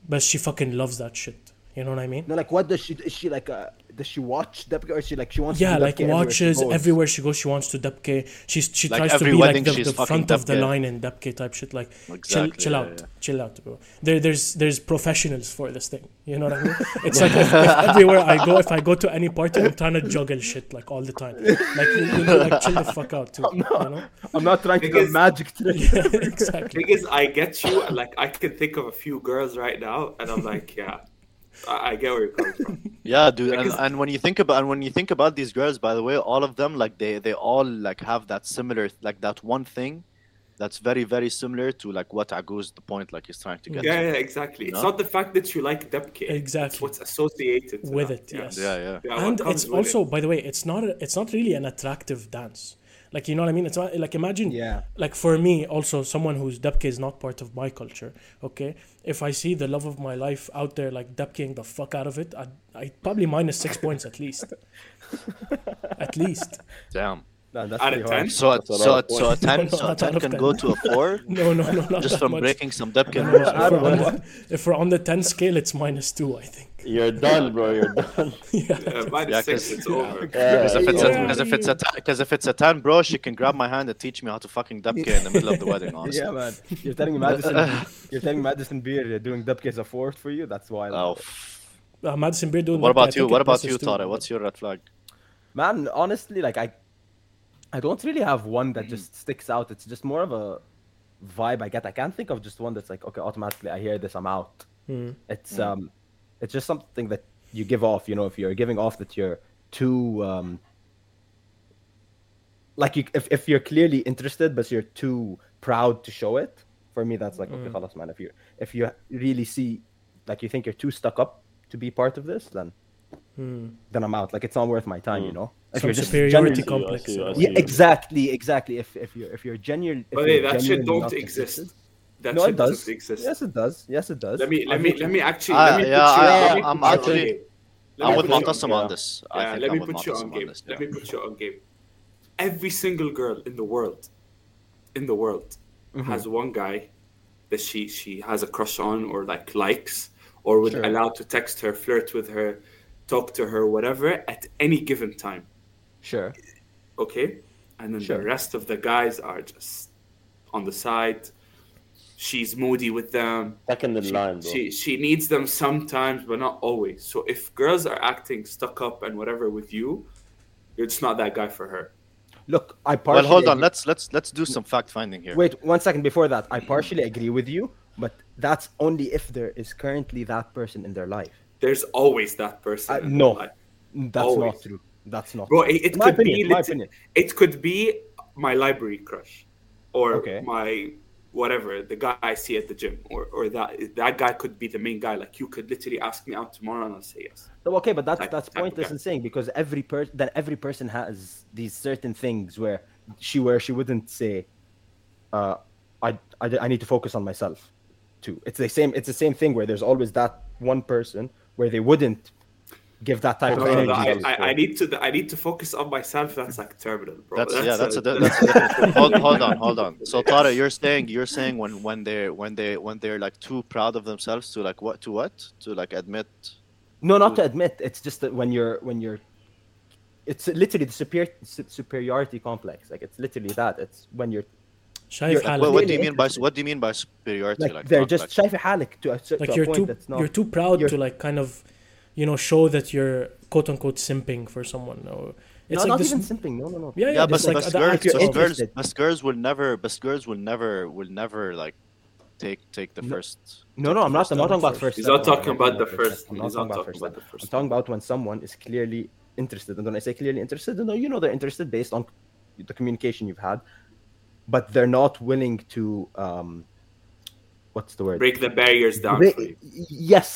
A: but she fucking loves that shit. You know what I mean?
E: No, like, what does she? Is she like? Uh, does she watch Depke or is she like? She wants.
A: Yeah,
E: to do
A: like
E: Depke everywhere she
A: watches
E: goes?
A: everywhere she goes, she wants to Depke. She's she
B: Like,
A: tries to
B: every
A: be like
B: wedding
A: the,
B: she's
A: the
B: fucking
A: front of the
B: Depke.
A: line in Depke type shit. Like chill,
B: Exactly,
A: chill
B: yeah,
A: out,
B: yeah.
A: chill out, bro. There, there's there's professionals for this thing. You know what I mean? It's like if, if everywhere I go, if I go to any party, I'm trying to juggle shit like all the time. Like you, you know, like chill the fuck out
B: *laughs*
A: too. You know? *laughs*
E: I'm not trying to do a
D: Because-
E: magic trick.
A: Yeah, exactly.
D: Thing is, I get you. and, Like I can think of a few girls right now, and I'm
A: *laughs*
D: like, yeah, I, I get where you're coming from.
B: yeah, dude. And,
D: because-
B: and when you think about and when you think about these girls, by the way, all of them like they they all like have that similar like that one thing that's very very similar to like what Agus the point like he's trying to get.
D: Yeah,
B: to.
D: yeah, exactly. It's
B: No.
D: not the fact that you like Depke. it's
A: Exactly.
D: what's associated to
A: With
D: that.
A: it, yes.
B: yeah, yeah.
D: Yeah, what
A: and
D: comes
A: it's
D: with
A: also
D: it.
A: by the way it's not a, it's not really an attractive dance like you know what i mean it's not, like imagine
E: Yeah.
A: like for me also someone who's depke is not part of my culture okay if i see the love of my life out there like depkeing the fuck out of it i'd, I'd probably minus six points at least at least
B: Damn.
E: *laughs* No, that's
D: Out
E: pretty
D: of
E: hard.
D: ten,
B: So a,
C: a lot
B: so a,
C: of
B: so a ten
A: *laughs* No,
B: so a
A: not out
B: ten
A: of
B: can
A: 10.
B: go to a four
A: no no no *laughs* not
B: just
A: that
B: from
A: much.
B: breaking some Depkin.
A: *laughs* No, no,
E: I
A: if, we're
E: don't
A: on
E: know.
A: the, if we're on the 10 scale it's minus two i think
C: You're done, bro. You're
E: *laughs*
C: done.
D: Yeah, minus
B: Yeah,
D: six,
B: 'cause-
D: it's Uh, over.
B: Because if it's
A: Yeah.
B: a, because if it's a, because if it's a ten, bro, she can grab my hand and teach me how to fucking dubke in the middle of the
A: *laughs*
B: wedding. Honestly.
E: Yeah, man. You're telling me Madison. you're telling me Madison Beer uh, doing Depke is a fourth for you. That's wild.
B: Oh, f-
A: uh, madison beer doing
B: what
A: Depke, I
B: about you?
A: think
B: What
A: it
B: about
A: passes
B: you,
A: too.
B: Tara? What's your red flag?
E: man honestly like i i don't really have one
A: Mm-hmm.
E: that just sticks out it's just more of a vibe i get i can't think of just one that's like okay automatically i hear this i'm out
A: Mm-hmm.
E: it's um it's just something that you give off you know if you're giving off that you're too um like you, if, if you're clearly interested but you're too proud to show it for me that's like
A: Mm-hmm.
E: okay خلاص, man if you if you really see like you think you're too stuck up to be part of this then then i'm out like it's not worth my time you know
A: Mm-hmm. Mm.
E: if
A: some
E: you're just
A: superiority
E: generally-
C: generally-
A: complex
C: I see, I
A: you know?
C: see.
E: yeah, exactly, exactly. If if you're if you're genuine, if
D: But
E: you're
D: hey, that shit
E: genuinely
D: don't
E: not
D: exist.
E: interested-
D: That
E: No,
D: shit
E: it does.
D: not exist.
E: Yes, it does. Yes, it does.
D: Let me let
E: I've
D: me
E: been-
D: let me actually.
B: Ah,
D: let me put
B: yeah,
D: you,
B: I-
D: let me
B: I'm
D: put you on
B: actually-
D: game. Let
B: I'm
D: me
B: with
D: put you on
B: Montasum
D: game.
B: on this. I
D: Yeah,
B: think
D: let
B: I'm
D: me
B: with
D: put you
B: Montasum
D: on game.
B: this.
D: Let
B: yeah.
D: me put you on game. Every single girl in the world, in the world, has one guy that she she has a crush on or like likes or would
E: Sure.
D: allow to text her, flirt with her, talk to her, whatever at any given time.
E: Sure.
D: Okay, and then
E: Sure.
D: the rest of the guys are just on the side, She's moody with them.
C: Second in
D: She,
C: line, bro.
D: she she needs them sometimes, but not always. So if girls are acting stuck up and whatever with you, you're just not that guy for her.
E: Look, I partially
B: Well, hold on.
E: agree-
B: Let's let's let's do some fact finding here.
E: Wait, one second before that. I partially agree with you, but that's only if there is currently that person in their life.
D: There's always that person.
E: Uh,
D: in
E: no.
D: her life.
E: That's
D: Always.
E: not true. That's not
D: bro.
E: true.
D: It, it
E: In my
D: could
E: opinion,
D: be
E: in my
D: lit-
E: opinion.
D: it could be my library crush, or
E: Okay.
D: my whatever the guy I see at the gym, or or that that guy could be the main guy. Like you could literally ask me out tomorrow and I'll say yes.
E: So, okay, but that's
D: Like,
E: that's
D: like,
E: pointless
D: okay.
E: in saying because every person then every person has these certain things where she where she wouldn't say, uh, I, I I need to focus on myself, too. It's the same. It's the same thing where there's always that one person where they wouldn't give that type
D: No,
E: of
D: no,
E: energy.
D: no, I,
C: is
D: I, I
C: cool.
D: need to I need to focus on myself. That's like terminal, bro.
B: That's, yeah. That's a, di-
D: that's-
B: that's a different thing. Hold, hold on, hold on. So Tara, you're saying you're saying when when they when they when they're like too proud of themselves to like what to what to like admit.
E: No, not to admit. It's just that when you're when you're, it's literally the superior, su- superiority complex. Like it's literally that. It's when you're
A: شايف
E: You're-
A: حالك
B: Well, what do you
E: really
B: mean by
E: interested.
B: what do you mean by superiority?
E: like,
B: Like,
E: they're
B: not,
E: just
B: like,
E: شايف حالك to a, cer-
A: like
E: to a
A: you're
E: point
A: too
E: that's not.
A: you're too proud
E: you're-
A: to like kind of you know show that you're quote unquote simping for someone or
E: no,
A: it's like
E: not
A: this
E: even simping. No, no, no.
A: Yeah, yeah,
B: yeah, but
A: just
B: like,
A: like
B: best
A: the
B: girls,
E: act you're
B: best girls,
E: interested.
B: best girls will never, best girls will never, will never like take take the
E: No.
B: first.
E: No, no, I'm not. I'm not talking about
A: First.
E: first.
D: He's
E: step.
D: not talking about the first.
E: I'm not
D: He's
E: talking
D: not
E: about
D: talking
E: first.
D: about the
E: step.
D: first.
E: I'm talking about when someone is clearly interested, and when I say clearly interested, no, you know they're interested based on the communication you've had, but they're not willing to. um What's the word?
D: *laughs* break the barriers down
E: They-
D: for you.
E: yes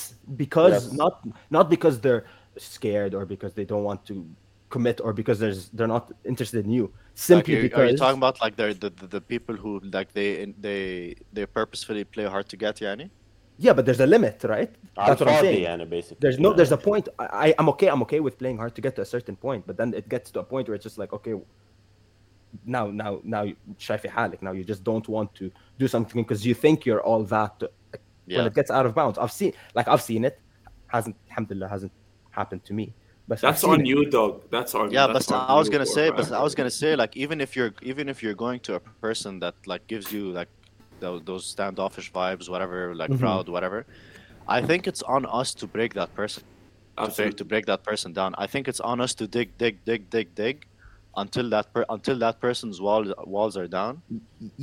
E: because
C: Yes.
E: not not because they're scared or because they don't want to commit or because there's they're not interested in you
B: Like,
E: simply
B: are, you-
E: because
B: are you talking about like the, the the- the people who like they they they purposefully play hard to get, yani?
E: yeah but there's a limit right that's what i'm
C: Al-Fadi,
E: saying
C: يعني, basically.
E: there's no
C: Yeah.
E: there's a point I, I i'm okay i'm okay with playing hard to get to a certain point but then it gets to a point where it's just like okay now now now you- شايف حالك now you just don't want to do something because you think you're all that like,
B: Yeah.
E: when it gets out of bounds i've seen like i've seen it hasn't alhamdulillah hasn't happened to me but I've
D: That's
E: seen
D: on
E: it.
D: you, dog. That's on.
B: Yeah,
D: that's
B: but
D: on
B: I was
D: you,
B: gonna
D: bro.
B: say, but I was gonna say, like even if you're even if you're going to a person that like gives you like those, those standoffish vibes, whatever, like
E: Mm-hmm.
B: proud, whatever. I think it's on us to break that person. to break,
D: Absolutely.
B: to break that person down. I think it's on us to dig, dig, dig, dig, dig, until that per- until that person's wall- walls are down.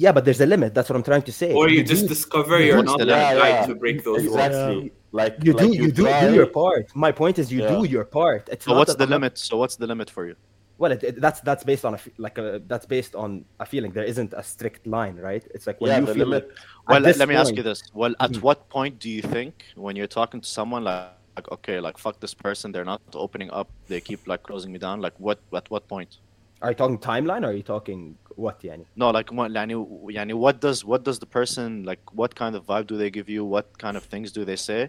E: Yeah, but there's a limit. That's what I'm trying to say.
D: Or you
E: do-
D: just discover you're
B: What's
D: not
B: the
D: that
C: limit?
D: guy
C: Yeah,
D: to
C: yeah.
D: break those walls.
C: exactly. Like
E: you do
C: like
E: you do,
C: try-
E: do your part. My point is you
C: Yeah.
E: do your part. It's
B: So
E: not
B: what's
E: that
B: the
E: I'm not-
B: limit? So what's the limit for you?
E: well, it, it- that's that's based on a f- like a that's based on a feeling. There isn't a strict line, right? It's like when
C: Yeah,
E: you
C: the
E: feel
C: limit-
E: like, at
B: Well, let,
E: this
B: let me ask you
E: point- Mm-hmm.
B: this. Well, at what point do you think when you're talking to someone like, like okay, like fuck this person, they're not opening up, they keep like closing me down. Like what at what point?
E: Are you talking timeline? Or are you talking what, Yani?
B: No, like what, yani, yani, what does what does the person like? What kind of vibe do they give you? What kind of things do they say?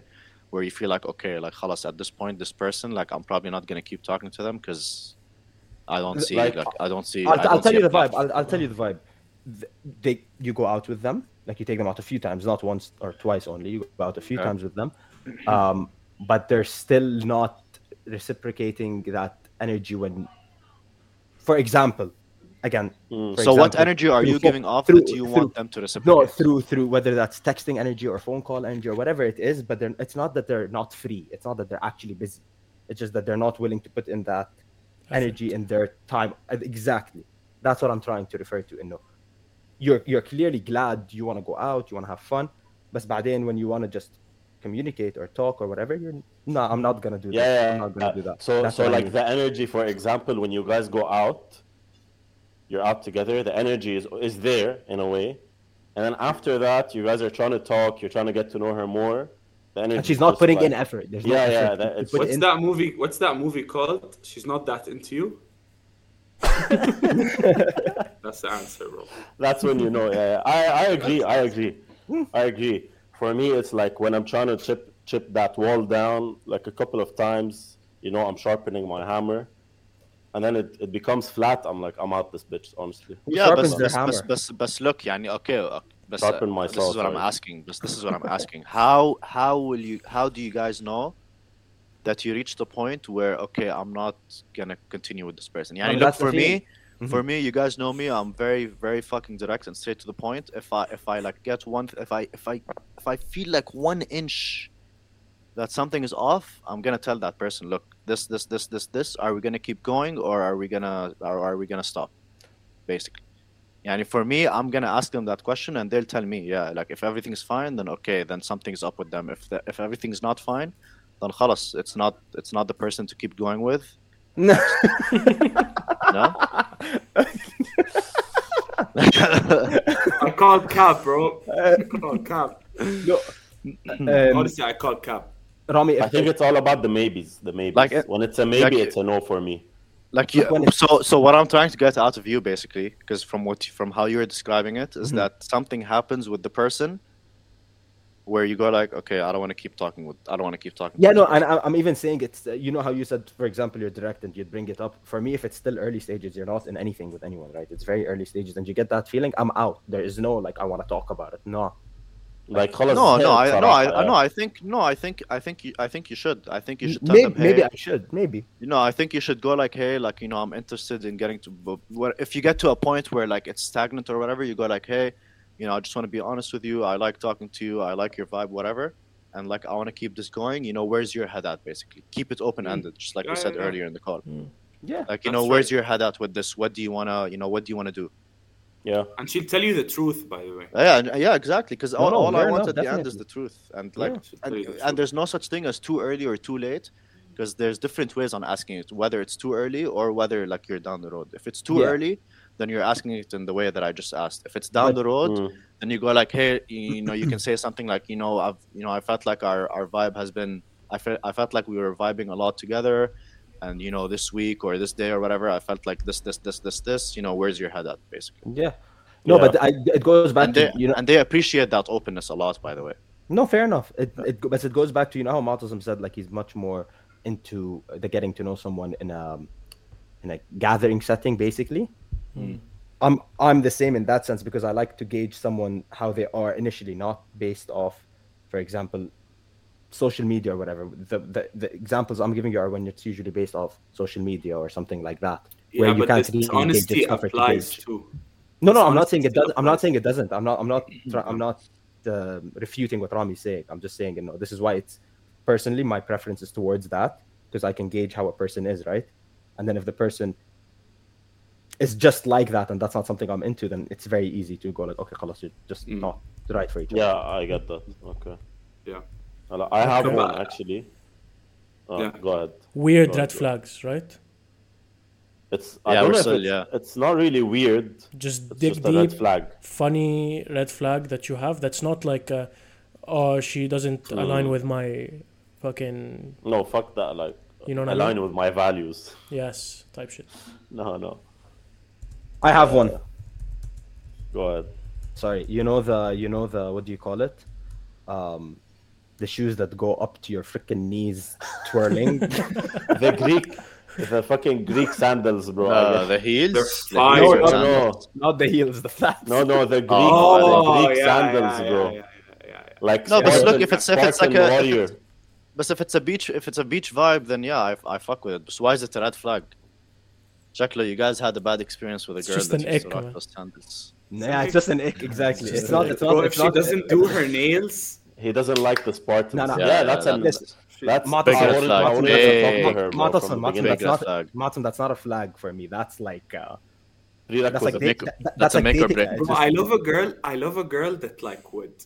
B: Where you feel like, okay, like halas, at this point, this person, like, I'm probably not gonna keep talking to them because I don't see, like,
C: Like,
B: I don't see.
E: I'll,
B: I
E: I'll
B: don't
E: tell
B: see
E: you
B: a
E: the vibe.
B: platform.
E: I'll, I'll tell you the vibe. Th- They you go out with them, like you take them out a few times, not once or twice only. You go out a few
B: Okay.
E: times with them, um, but they're still not reciprocating that energy when, for example, again. for
B: Mm. so, what
E: example,
B: energy are
E: through
B: you
E: pho-
B: giving off
E: through-
B: that you
E: through-
B: want them to
E: No,
B: reciprocate?
E: through through whether that's texting energy or phone call energy or whatever it is, but they're, it's not that they're not free. It's not that they're actually busy. It's just that they're not willing to put in that energy in their time. Uh, Exactly. That's what I'm trying to refer to. Inno. You're you're clearly glad you want to go out, you want to have fun, but بعدين when you want to just communicate or talk or whatever, you're no, I'm not gonna do that.
C: Yeah, yeah,
E: I'm not gonna
C: yeah.
E: do that.
C: So,
E: That's
C: so
E: what I
C: like
E: mean.
C: the energy, for example, when you guys go out, you're out together. The energy is is there in a way, and then after that, you guys are trying to talk. You're trying to get to know her more. The energy.
E: and she's not putting in effort. There's no
C: Yeah, yeah,
E: effort to-
C: that-
E: to
C: it's-
E: put
D: What's
E: in.
D: that movie? What's that movie called? She's not that into
E: *laughs*
D: you. That's the answer, bro.
C: That's when you know. Yeah, yeah. I I agree. I agree. I agree. For me, it's like when I'm trying to chip chip that wall down like a couple of times. You know, I'm sharpening my hammer, and then it, it becomes flat. I'm like, I'm out this bitch. Honestly.
E: Who
B: Yeah, but
E: sharpens their
B: but, but,
E: hammer?
B: but, but look, yani, okay, uh, but, uh,
C: Sharpen my
B: this
C: saw,
B: is what I'm
C: sorry.
B: asking. But this is what I'm asking. How how will you? How do you guys know that you reach the point where okay, I'm not gonna continue with this person? Yani,
E: mean,
B: look
E: that's the
B: for me.
E: thing. Mm-hmm.
B: For me, you guys know me. I'm very, very fucking direct and straight to the point. If I, if I like get one, if I, if I, if I feel like one inch that something is off, I'm gonna tell that person, look, this, this, this, this, this. Are we gonna keep going or are we gonna, or are we gonna stop? Basically. And for me, I'm gonna ask them that question, and they'll tell me, yeah, like if everything's fine, then okay, then something's up with them. If the, if everything's not fine, then خلاص, it's not it's not the person to keep going with.
E: No.
B: No,
D: I called cap, bro. I called cap.
E: *laughs* Um,
D: Honestly, I called cap.
E: Rami,
C: I
E: if,
C: think it's all about the maybes. The maybes.
B: Like it-
C: when it's a maybe,
B: like-
C: it's a no for me.
B: like you,
E: when it-
B: so so what I'm trying to get out of you basically, because from what you- from how you're describing it, is that something happens with the person where you go like, okay, I don't want to keep talking with, I don't want to keep talking. to
E: yeah,
B: this
E: no,
B: person."
E: and I- I'm even saying it's. Uh, you know how you said, for example, you're direct and you'd bring it up. For me, if it's still early stages, you're not in anything with anyone, right? It's very early stages, and you get that feeling. I'm out. There is no like I want to talk about it. No,
C: Like خلاص
B: no, no,
C: زهقت
B: I, no,
C: صراحة.
B: I, no, I think, no, I think, I think you, I think you should, I think you should tell
E: maybe,
B: them, hey,
E: maybe I should. Maybe.
B: you know, I think you should go like, hey, like you know, I'm interested in getting to, but what- if you get to a point where like it's stagnant or whatever, you go like, hey, you know, I just want to be honest with you. I like talking to you. I like your vibe, whatever, and like I want to keep this going. You know, where's your head at? Basically, keep it open ended, just like we
D: Mm. Yeah,
B: said
D: yeah, yeah.
B: earlier in the call. Like
E: Yeah.
B: you
D: That's
B: know, where's
D: right.
B: your head at with this? What do you wanna, you know, what do you wanna do?
C: Yeah.
D: And she'll tell you the truth, by the way.
B: Yeah, and- yeah, exactly. Because all,
E: no,
B: all I
E: fair
B: want
E: enough,
B: at the end is
E: definitely.
B: the truth, and like,
D: Yeah.
B: and,
D: Totally the
B: and there's no such thing as too early or too late, because there's different ways on asking it. Whether it's too early or whether like you're down the road. If it's too
E: Yeah.
B: early, then you're asking it in the way that I just asked. If it's down the road,
C: Mm.
B: then you go like, hey, you, you know, you can say something like, you know, I've, you know, I felt like our our vibe has been, I felt I felt like we were vibing a lot together, and you know, this week or this day or whatever, I felt like this, this, this, this, this. You know, where's your head at, basically.
E: Yeah. No,
C: Yeah.
E: but I, it goes back
B: And
E: to
B: they,
E: you know.
B: and they appreciate that openness a lot, by the way.
D: Uh,
E: No, fair enough. It it go- but it goes back to you know how Maltazam said like he's much more into the getting to know someone in a in a gathering setting basically.
D: Hmm.
E: I'm I'm the same in that sense because I like to gauge someone how they are initially, not based off, for example, social media or whatever. The the, the examples I'm giving you are when it's usually based off social media or something like that.
D: Yeah, but this
E: really gauge
D: honesty
E: its comfort to
D: applies
E: gauge.
D: too.
E: No, no,
D: It's
E: I'm not
D: honest,
E: saying
D: it's
E: it doesn't.
D: still
E: I'm not
D: applies.
E: saying it doesn't. I'm not. I'm not. Try, I'm not uh, refuting what Rami's saying. I'm just saying, you know, this is why it's personally my preference is towards that because I can gauge how a person is, right? And then if the person is just like that, and that's not something I'm into, then it's very easy to go like, okay, خلاص, you're just not right for each other.
C: Yeah, I get that. Okay.
D: Yeah.
C: Well, I have
D: Come
C: one
D: on.
C: actually. Oh,
D: Yeah.
C: Go ahead.
A: Weird
C: Go
A: red
C: ahead.
A: flags, right?
C: It's I
B: Yeah,
C: don't
B: we're
C: know if
B: still-
C: it's,
B: yeah.
C: it's not really weird.
A: Just
C: It's
A: dig
C: just a red
A: deep.
C: flag.
A: funny red flag that you have that's not like uh oh she doesn't align with my fucking
C: No, fuck that. Like
A: You know what I
C: align
A: mean?
C: with my values. *laughs*
A: yes type shit
C: No, no.
E: I have one.
C: Go ahead.
E: Sorry, you know the, you know the, what do you call it? Um, the shoes that go up to your freaking knees, twirling.
C: The Greek, the fucking Greek sandals, bro. I
B: Uh,
C: get-
B: the heels.
D: They're
B: The
D: fine.
B: heels
D: No,
B: are
D: no,
B: sandals.
C: no,
E: not the heels, the *laughs* flats.
C: no, no, the Greek,
B: Oh,
C: the Greek sandals, bro.
D: Yeah, yeah, yeah, yeah.
C: Like
B: No,
E: but
C: Spartan-
B: look, if it's- if it's like
C: Spartan
B: a- if
C: warrior.
B: it's- But if it's a beach, if it's a beach vibe, then yeah, I, I fuck with it. But why is it a red flag? Shakla, you guys had a bad experience with a
A: It's
B: girl
A: just
B: that
A: an
B: used to
A: ick,
B: rock
A: man.
B: those sandals.
E: Yeah, it's just an ick. Exactly. It's,
B: just
E: not.
B: an
E: It's
D: Bro,
E: not.
D: if
E: It's
D: she
E: not.
D: doesn't do her nails,
C: He doesn't like the Spartans.
E: No, no.
C: Yeah,
B: Yeah,
C: that's
B: yeah,
C: a
B: that's-
C: that's,
E: Big
C: I
E: red
C: wanted-
E: flag.
C: I wanted to talk
B: Big-
C: to her, bro,
E: Matson,
C: from the
E: Matson,
C: beginning.
E: that's
B: Big red
E: not.
B: flag.
E: Matson, that's not a flag for me. That's like. Uh, that's like
C: Prerequisite.
E: date,
B: make-
E: that-
B: that's
E: that's
B: a
E: like
B: make or
E: dating.
B: break.
E: uh,
D: bro,
E: just-
D: I love a girl. I love a girl that like would,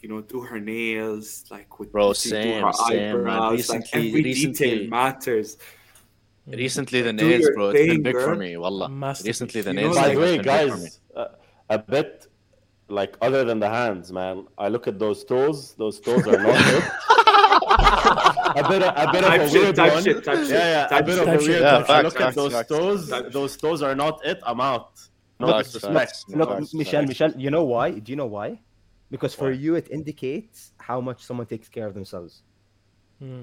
D: you know, do her nails, like would
B: Bro,
D: see through
B: same,
D: her
B: same, man.
D: eyebrows, like
B: Recently-
D: every
B: recently-
D: detail matters.
B: Recently, the
D: Do
B: nails,
D: your
B: bro, it's been
D: thing,
B: big for
D: girl.
B: me. Wallah.
A: Masterpiece.
B: Recently, the
D: You know,
B: nails.
C: By
B: thing
C: the
B: has
C: way,
B: been big for me.
C: guys, uh, I bet, like, other than the hands, man, I look at those toes. Those toes are not
D: *laughs*
C: good. I bet, a- I bet
D: Type
C: of a
D: shit,
C: weird
D: type
C: one.
D: shit, type shit,
C: yeah, yeah. I
D: type
C: bet
D: shit.
C: of a
A: Type shit.
C: weird
B: Yeah,
C: one. I
B: facts,
C: look
B: facts,
C: at those
B: facts.
C: toes.
D: Type shit.
C: Those toes are not it. I'm out.
D: Mm.
C: No
B: Facts,
C: disrespect.
B: facts.
E: Look,
B: Facts,
E: Michelle,
B: facts.
E: Michelle, you know why? Do you know why? Because for
C: Why?
E: you, it indicates how much someone takes care of themselves.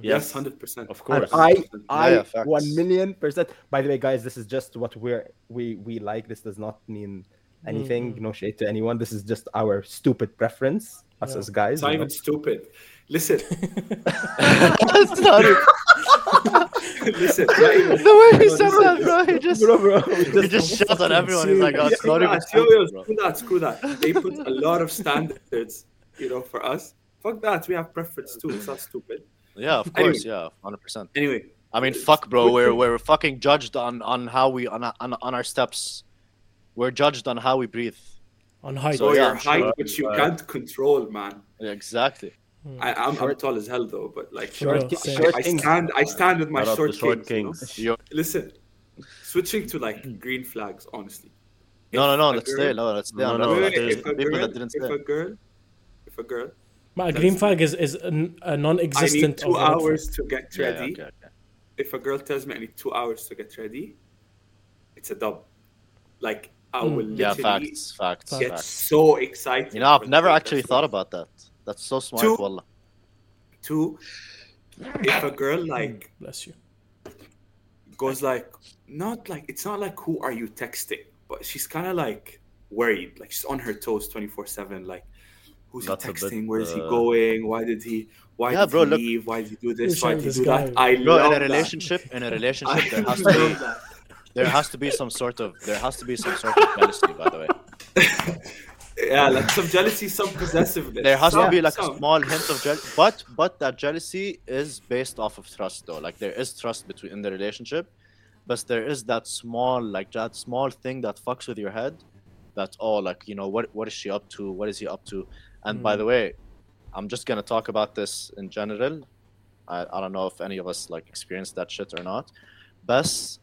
D: Yes, hundred percent.
C: Of
E: And
C: course.
E: I, I,
B: yeah, facts.
E: one million percent. By the way, guys, this is just what we're we we like. This does not mean anything.
B: Mm-hmm.
E: No shade to anyone. This is just our stupid preference. Us
A: Yeah.
E: as guys.
D: It's not
E: you know?
D: even stupid. Listen,
B: *laughs*
D: *laughs*
B: That's not it. *laughs*
D: listen. not even-
B: The way he
D: No,
B: said
D: listen,
B: that, bro, he just
E: *laughs*
B: *laughs*
E: bro, bro.
B: He just shot on everyone. He's like, oh, it's not
D: Screw
B: even
D: that, yo, yo,
B: bro.
D: screw that, screw that. They put a lot
B: *laughs*
D: of standards, you know, for us. Fuck that, we have preference too. It's not stupid.
B: Yeah, of
D: Anyway.
B: course. Yeah, hundred percent.
D: Anyway,
B: I mean, fuck, bro. We're we're fucking judged on on how we on on, on our steps. We're judged on how we breathe.
A: on height.
D: so
B: yeah,
D: your Oh, height, which you can't control, man.
B: Yeah, exactly.
D: I, I'm, I'm tall as hell though, but like,
A: Short-
D: I-
A: same.
D: I, stand, I stand with my
C: Shout out
D: short,
C: to short
D: kings, you know?
C: kings.
B: You're,
D: Listen, switching to like green flags, honestly.
B: Hmm. no, no, no.
D: If a
B: Let's
D: girl-
B: stay. No, let's stay.
C: No,
B: on
C: no,
B: that.
D: Wait, wait,
B: There's
D: if a
B: people
D: girl,
B: that didn't
D: if
B: stay.
D: a girl, if a girl,
A: Ma, a green flag is, is an, a
D: I
A: non-existent.
D: need
A: of
D: two
A: a red
D: hours to get
B: Yeah,
D: ready.
B: yeah, okay, okay.
D: if a girl tells me I need two hours to get ready, it's a dub. Like I will
B: yeah
D: literally
B: facts, facts,
D: get
B: facts.
D: so excited.
B: You know, I've
D: for
B: never
D: the-
B: actually thought about that. That's so smart,
D: Two-
B: wallah.
D: two. If a girl like
A: flag. Bless you.
D: goes like not like it's not like who are you texting, but she's kind of like worried, like she's on her toes twenty four seven, like. Who's
C: That's a
D: he
C: bit,
D: texting? Where is he
C: uh,
D: going? Why did he? Why
B: Yeah,
D: did
B: bro,
D: he
B: look-
D: leave? Why did he do
A: You're
D: this? Why
A: showing
D: did he
A: this
D: do that?
A: guy.
D: I
B: Bro,
D: love
B: in a relationship, in a
D: That.
B: relationship,
D: *laughs* I
B: there
D: *laughs*
B: has to
D: love
B: be
D: that.
B: there has to be some sort of there has to be some sort of jealousy. By the way,
D: Yeah, like some jealousy, some possessiveness.
B: there has to
D: some-
B: be like a
D: some.
B: small hint of jealousy, but but that jealousy is based off of trust, though. Like there is trust between in the relationship, but there is that small like that small thing that fucks with your head. That's all. Like you know what what is she up to? What is he up to? And
D: Hmm.
B: by the way, I'm just gonna talk about this in general. I, I don't know if any of us like experienced that shit or not. Best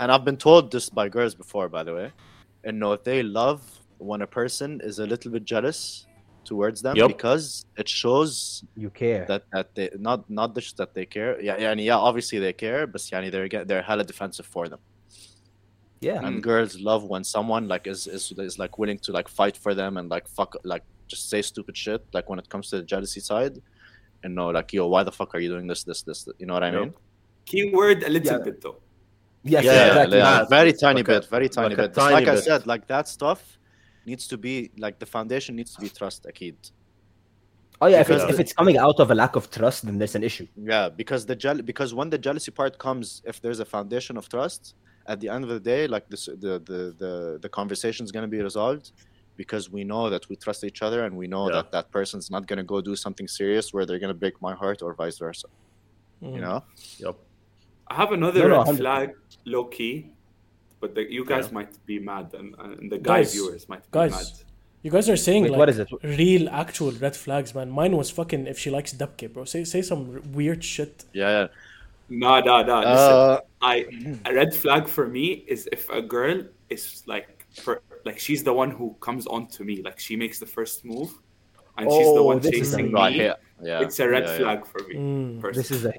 B: and I've been told this by girls before, by the way. And no, they love when a person is a little bit jealous towards them
C: Yup.
B: because it shows
E: You care.
B: that that they not not just that they care. Yeah, yeah, and yeah. Obviously they care, but yeah, they're get- they're hella defensive for them.
E: yeah.
C: Mm.
B: And girls love when someone like is, is is like willing to like fight for them and like fuck like just say stupid shit like when it comes to the jealousy side. And no, like yo, why the fuck are you doing this this this? You know what I
C: Yup.
B: mean?
D: Keyword a little
E: Yeah.
D: bit though.
E: Yes,
B: yeah,
E: exactly.
B: yeah,
C: Nah,
B: very tiny
C: like a-
B: bit, very tiny
C: like a
B: bit. Just
C: tiny
B: like I
C: bit.
B: said, like that stuff needs to be like the foundation needs to be trust, Akid.
E: Oh yeah, if it's,
B: Because-
E: if it's coming out of a lack of trust, then there's an issue.
B: Yeah, because the jeal- because when the jealousy part comes, if there's a foundation of trust, at the end of the day, like this, the the the the conversation is gonna be resolved because we know that we trust each other and we know
C: Yeah.
B: that that person's not gonna go do something serious where they're gonna break my heart or vice versa.
D: Mm-hmm.
B: You know,
C: Yup.
D: I have another
E: No, no,
D: red
E: 100.
D: flag, low key, but the, you guys might be mad, and, and the guy
A: Guys,
D: viewers might be
A: guys.
D: mad.
A: You guys are saying
E: Wait,
A: like
E: what is it?
A: real actual red flags, man. Mine was fucking if she likes Dubke, bro. Say say some r- weird shit.
B: yeah,
D: Nah, nah, nah.
B: yeah.
D: Listen,
B: Uh,
D: I a red flag for me is if a girl is like, per, like she's the one who comes on to me, like she makes the first move, and she's the
E: Oh,
D: one
E: this is
D: chasing
E: a-
B: right
D: me.
B: here. Yeah,
D: It's a red
B: yeah, yeah.
D: flag for me. personally.
E: Mm, This is a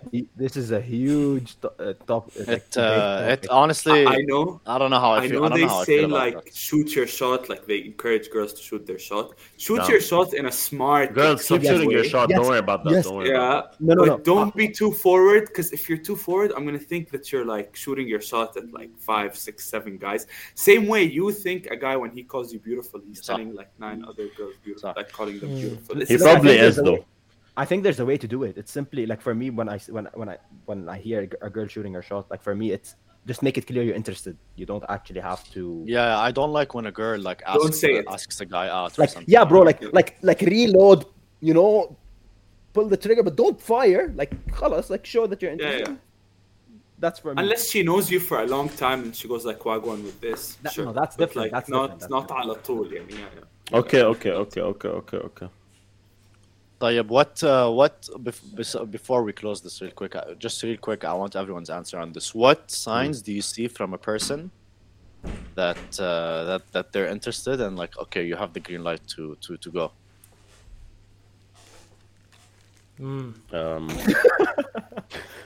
E: this is a huge to- uh, top. uh, like,
D: *laughs*
B: It, uh,
E: debate
B: it
E: topic.
B: honestly,
D: I
B: I,
D: I know.
B: don't know how I,
D: I
B: feel.
D: know
B: I don't
D: they
B: know how I
D: say
B: feel about
D: like
B: that.
D: shoot your shot, like they encourage girls to shoot their shot. Shoot
C: Damn.
D: your shot in a smart,
C: Girls, stop
D: effective
C: shooting your
D: way.
C: shot.
E: Yes.
C: Don't worry about that.
E: Yes.
C: Don't worry.
D: Yeah,
C: About
E: No, no,
D: but
E: no.
D: don't be too forward because if you're too forward, I'm gonna think that you're like shooting your shot at like five, six, seven guys. Same way you think a guy when he calls you beautiful, he's
B: Stop.
D: telling like nine other girls beautiful,
B: Stop.
D: like calling them
A: Mm.
D: beautiful.
C: that. He
D: It's
E: No, I
C: probably
E: think
C: is
E: there's a
C: though.
E: way- I think there's a way to do it. It's simply like for me when I s- when when I when I hear a g- a girl shooting her shot, like for me it's just make it clear you're interested. You don't actually have to.
B: Yeah, I don't like when a girl like asks,
D: say
B: uh,
D: it.
B: asks a guy out. or
E: Like
B: something.
E: yeah, bro. Like like like reload. You know, pull the trigger, but don't fire. Like خلاص, like show that you're
D: yeah,
E: interested.
D: yeah.
E: That's for me.
D: Unless she knows you for a long time and she goes like, "Wagwan with this."
E: That-
D: sure.
E: no, that's
D: But,
E: different,
D: Like,
E: that's
D: not
E: different, that's
D: not
E: different.
D: على طول, يعني, yeah, yeah.
C: Okay, okay, okay, okay, okay, okay.
B: طيب, what, uh, what, bef- bes- before we close this real quick, uh, just real quick, I want everyone's answer on this. What signs do you see from a person that, uh, that, that they're interested and like, okay, you have the green light to, to, to go?
C: Um,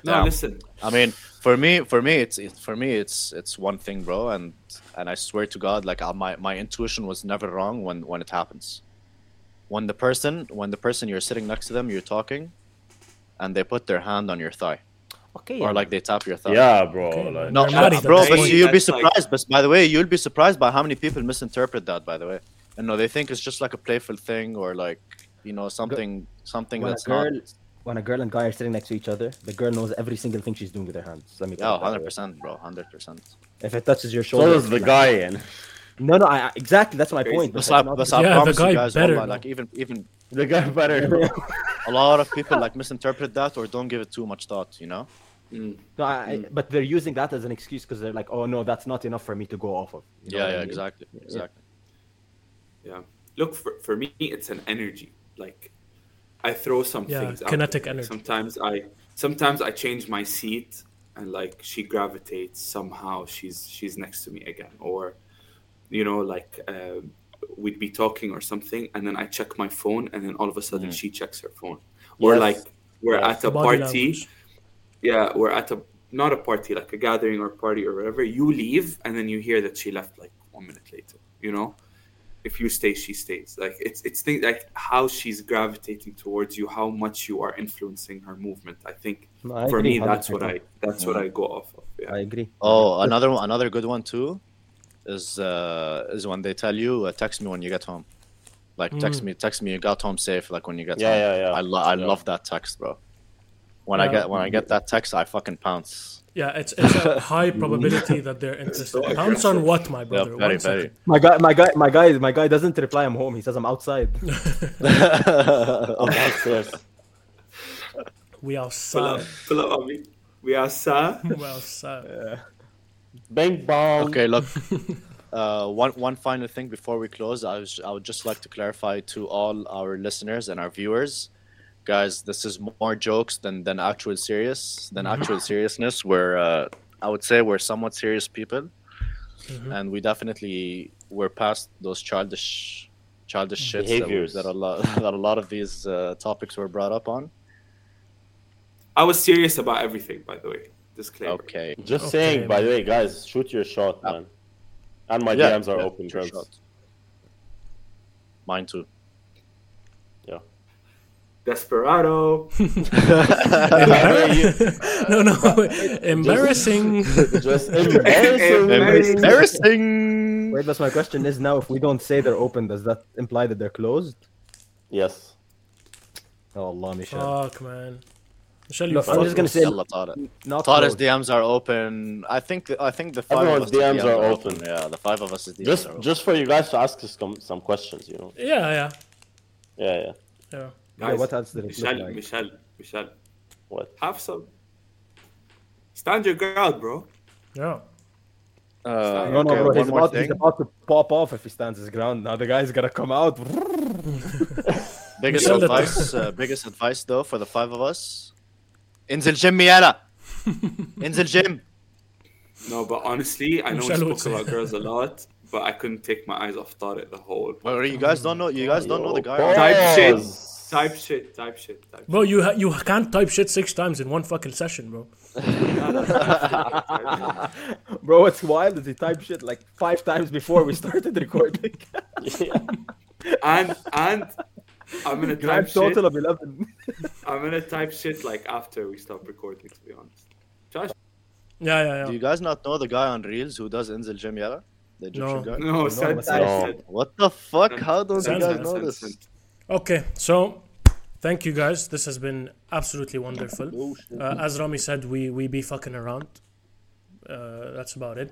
D: No,
B: Damn.
D: listen.
B: I mean, for me, for me, it's it, for me, it's it's one thing, bro, and and I swear to God, like I, my my intuition was never wrong when when it happens. When the person, when the person you're sitting next to them, you're talking, and they put their hand on your thigh,
E: okay.
B: or like they tap your thigh.
C: yeah, bro. Like,
B: No,
A: They're married at
B: bro,
A: this
B: but
A: point.
B: you'll be
D: That's like-
B: surprised. But by the way, you'll be surprised by how many people misinterpret that. By the way, and no, they think it's just like a playful thing or like you know something something
E: When a
B: that's not.
E: girl- when a girl and guy are sitting next to each other, the girl knows every single thing she's doing with her hands. Let me put
B: Yeah,
E: it that way.
B: hundred percent, bro, hundred percent.
E: If it touches your shoulder,
C: So does the
E: like-
C: guy in.
E: No, no, I, I- exactly. That's my
D: Crazy.
E: point.
B: But
E: That's
B: I,
E: not-
B: but I
A: Yeah, the
B: promise
A: guy
B: you guys,
A: better
B: wallah,
A: know.
B: like even even
C: The guy
B: *laughs*
C: better. Bro.
B: a lot of people like misinterpret that or don't give it too much thought, you know?
E: no, I, I- but they're using that as an excuse because they're like, oh no, that's not enough for me to go off of. You know
B: yeah,
E: what I
B: yeah,
E: mean?
B: exactly, exactly.
D: Yeah. Look for for me, it's an energy. Like I throw some
A: Yeah,
D: things. out
A: kinetic
D: there. Like,
A: energy.
D: Sometimes I sometimes I change my seat and like she gravitates somehow. She's she's next to me again, or you know like. Um, We'd be talking or something, and then I check my phone, and then all of a sudden she checks her phone. Or
C: Yes.
D: like we're at a
A: Body
D: party,
A: language.
D: yeah, we're at a not a party, like a gathering or party or whatever. You leave, and then you hear that she left like one minute later. You know, if you stay, she stays. Like it's it's things like how she's gravitating towards you, how much you are influencing her movement. I think
E: No, I
D: for
E: agree
D: me, that's what I
E: 100%.
D: that's what I go off of. Yeah.
E: I agree.
B: Oh, another one, another good one too, is uh, is when they tell you uh, text me when you get home, like text me, text me you got home safe, like when you get
C: Hmm. Yeah,
B: home.
C: yeah, yeah.
B: I, lo- I
C: Yeah.
B: love that text, bro. When I
A: Yeah.
B: get when I get that text, I fucking pounce.
A: Yeah, it's, it's
D: *laughs*
A: a high probability that they're interested.
D: so
A: Pounce on what, my
B: Yeah,
A: brother?
B: very,
A: One second.
B: very.
E: My guy, my guy, my guy, my guy doesn't reply. I'm home. He says I'm *laughs* outside.
C: I'm upstairs.
A: We
D: Pull up,
A: outside.
D: pull up on me. We are sad.
A: We
D: *laughs*
A: outside.
C: Bang bong.
B: Okay, look. Uh, one one final thing before we close, I was I would just like to clarify to all our listeners and our viewers, guys, this is more jokes than than actual serious than actual seriousness. We're uh, I would say we're somewhat serious people, and we definitely we're past those childish childish shits that, we-
C: Behaviors.
B: that a lot *laughs* that a lot of these uh, topics were brought up on.
D: I was serious about everything, by the way. Disclaimer.
B: Okay,
C: Just
A: Okay,
C: saying, by the way, guys, shoot your shot, man. And my DMs are
B: yeah,
C: open,
B: sure
C: girls.
B: shot. Mine too. *laughs*
C: Yeah.
D: Desperado.
A: Embar- *laughs* no,
D: *laughs*
A: no. *laughs* Embarrassing.
C: *laughs* Just
B: *laughs*
C: embarrassing.
D: Embarrassing.
B: Embarrassing.
E: Wait, but my question is now: if we don't say they're open, does that imply that they're closed?
C: yes.
E: Oh Allah, Michelle.
A: Fuck, man. Shall you
E: Look, I'm
A: fuck?
E: just gonna say-
B: Allah Tara.
E: Not
B: Tara's
E: closed.
B: DMs are open. I think the, I think the five
C: Everyone's
B: of us
C: DMs are open.
B: Yeah, the five of us DMs
C: Just
B: are open.
C: just for you guys to ask us some, some questions, you know.
A: Yeah, yeah,
C: Yeah, yeah.
A: yeah.
E: *laughs* Yeah, what else did it look
D: Michelle,
E: like?
D: Michelle, Michelle.
C: What?
D: Have some. Stand your ground, bro.
A: Yeah.
B: Uh,
E: No, no,
B: okay,
E: bro.
B: one
E: He's
B: more
E: about, he's
B: thing.
E: about to pop off if he stands his ground. Now the guy's gonna come out. *laughs*
B: Biggest
A: Michelle that-
B: advice, uh, biggest advice though for the five of us. Inzil gym, Miela. Inzil gym.
D: No, but honestly, I know we
A: Michelle would
D: spoke
A: say-
D: about girls a lot, but I couldn't take my eyes off Tariq the whole.
B: Well, you guys don't know. You guys don't know the guy.
C: Yo,
B: right?
D: Type shit.
C: pause.
D: Type shit, type shit, type shit.
A: Bro, you ha- you can't type shit six times in one fucking session, bro.
E: *laughs* Bro, it's wild that he typed shit like five times before we started
C: *laughs*
E: recording.
D: And and I'm gonna
E: *laughs*
D: type
E: Grand
D: shit.
E: total of eleven.
D: I'm gonna type shit like after we stop recording. To be honest, Josh.
A: Yeah, yeah,
B: Do
A: yeah.
B: you guys not know the guy on Reels who does Inzil gym, Yala? The Egyptian
A: No.
B: guy.
D: No, send,
E: but
D: send,
C: I-
D: send.
B: What the fuck? How don't you
A: Sounds
B: guys
A: like-
B: know
D: Send,
B: this?
D: send.
A: Okay, so thank you guys. This has been absolutely wonderful. Uh, as Rami said, we we be fucking around. Uh, that's about it.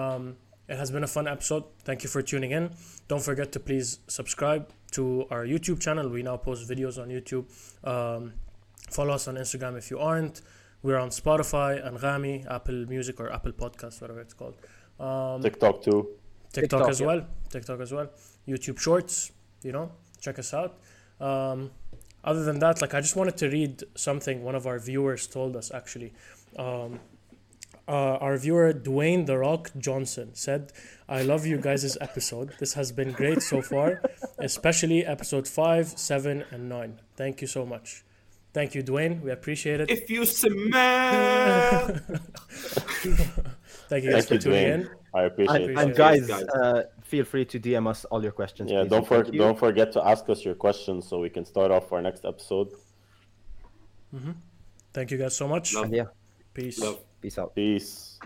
A: Um, it has been a fun episode. Thank you for tuning in. Don't forget to please subscribe to our YouTube channel. We now post videos on YouTube. Um, follow us on Instagram if you aren't. We're on Spotify, Anghami, Apple Music, or Apple Podcast, whatever it's called.
C: Um, TikTok too.
A: TikTok,
E: TikTok,
A: as
E: yeah.
A: well. TikTok as well. YouTube Shorts. You know, check us out. Um, other than that, like I just wanted to read something one of our viewers told us actually. Um, uh, our viewer Dwayne the Rock Johnson said, "I love you guys' episode. This has been great so far, especially episode five, seven, and nine. Thank you so much. Thank you, Dwayne. We appreciate it.
D: If you smell,
A: Thank you guys
C: Thank you,
A: for tuning in.
C: Dwayne. I appreciate
E: And,
A: appreciate
C: it.
E: and
A: it.
E: guys,
D: Guys.
E: uh, feel free to DM us all your questions.
C: Yeah,
E: please.
C: don't for,
E: Thank you.
C: don't forget to ask us your questions so we can start off our next episode.
A: Thank you guys so much.
D: Love.
E: Yeah,
A: Peace."
D: love.
E: peace out.
C: Peace.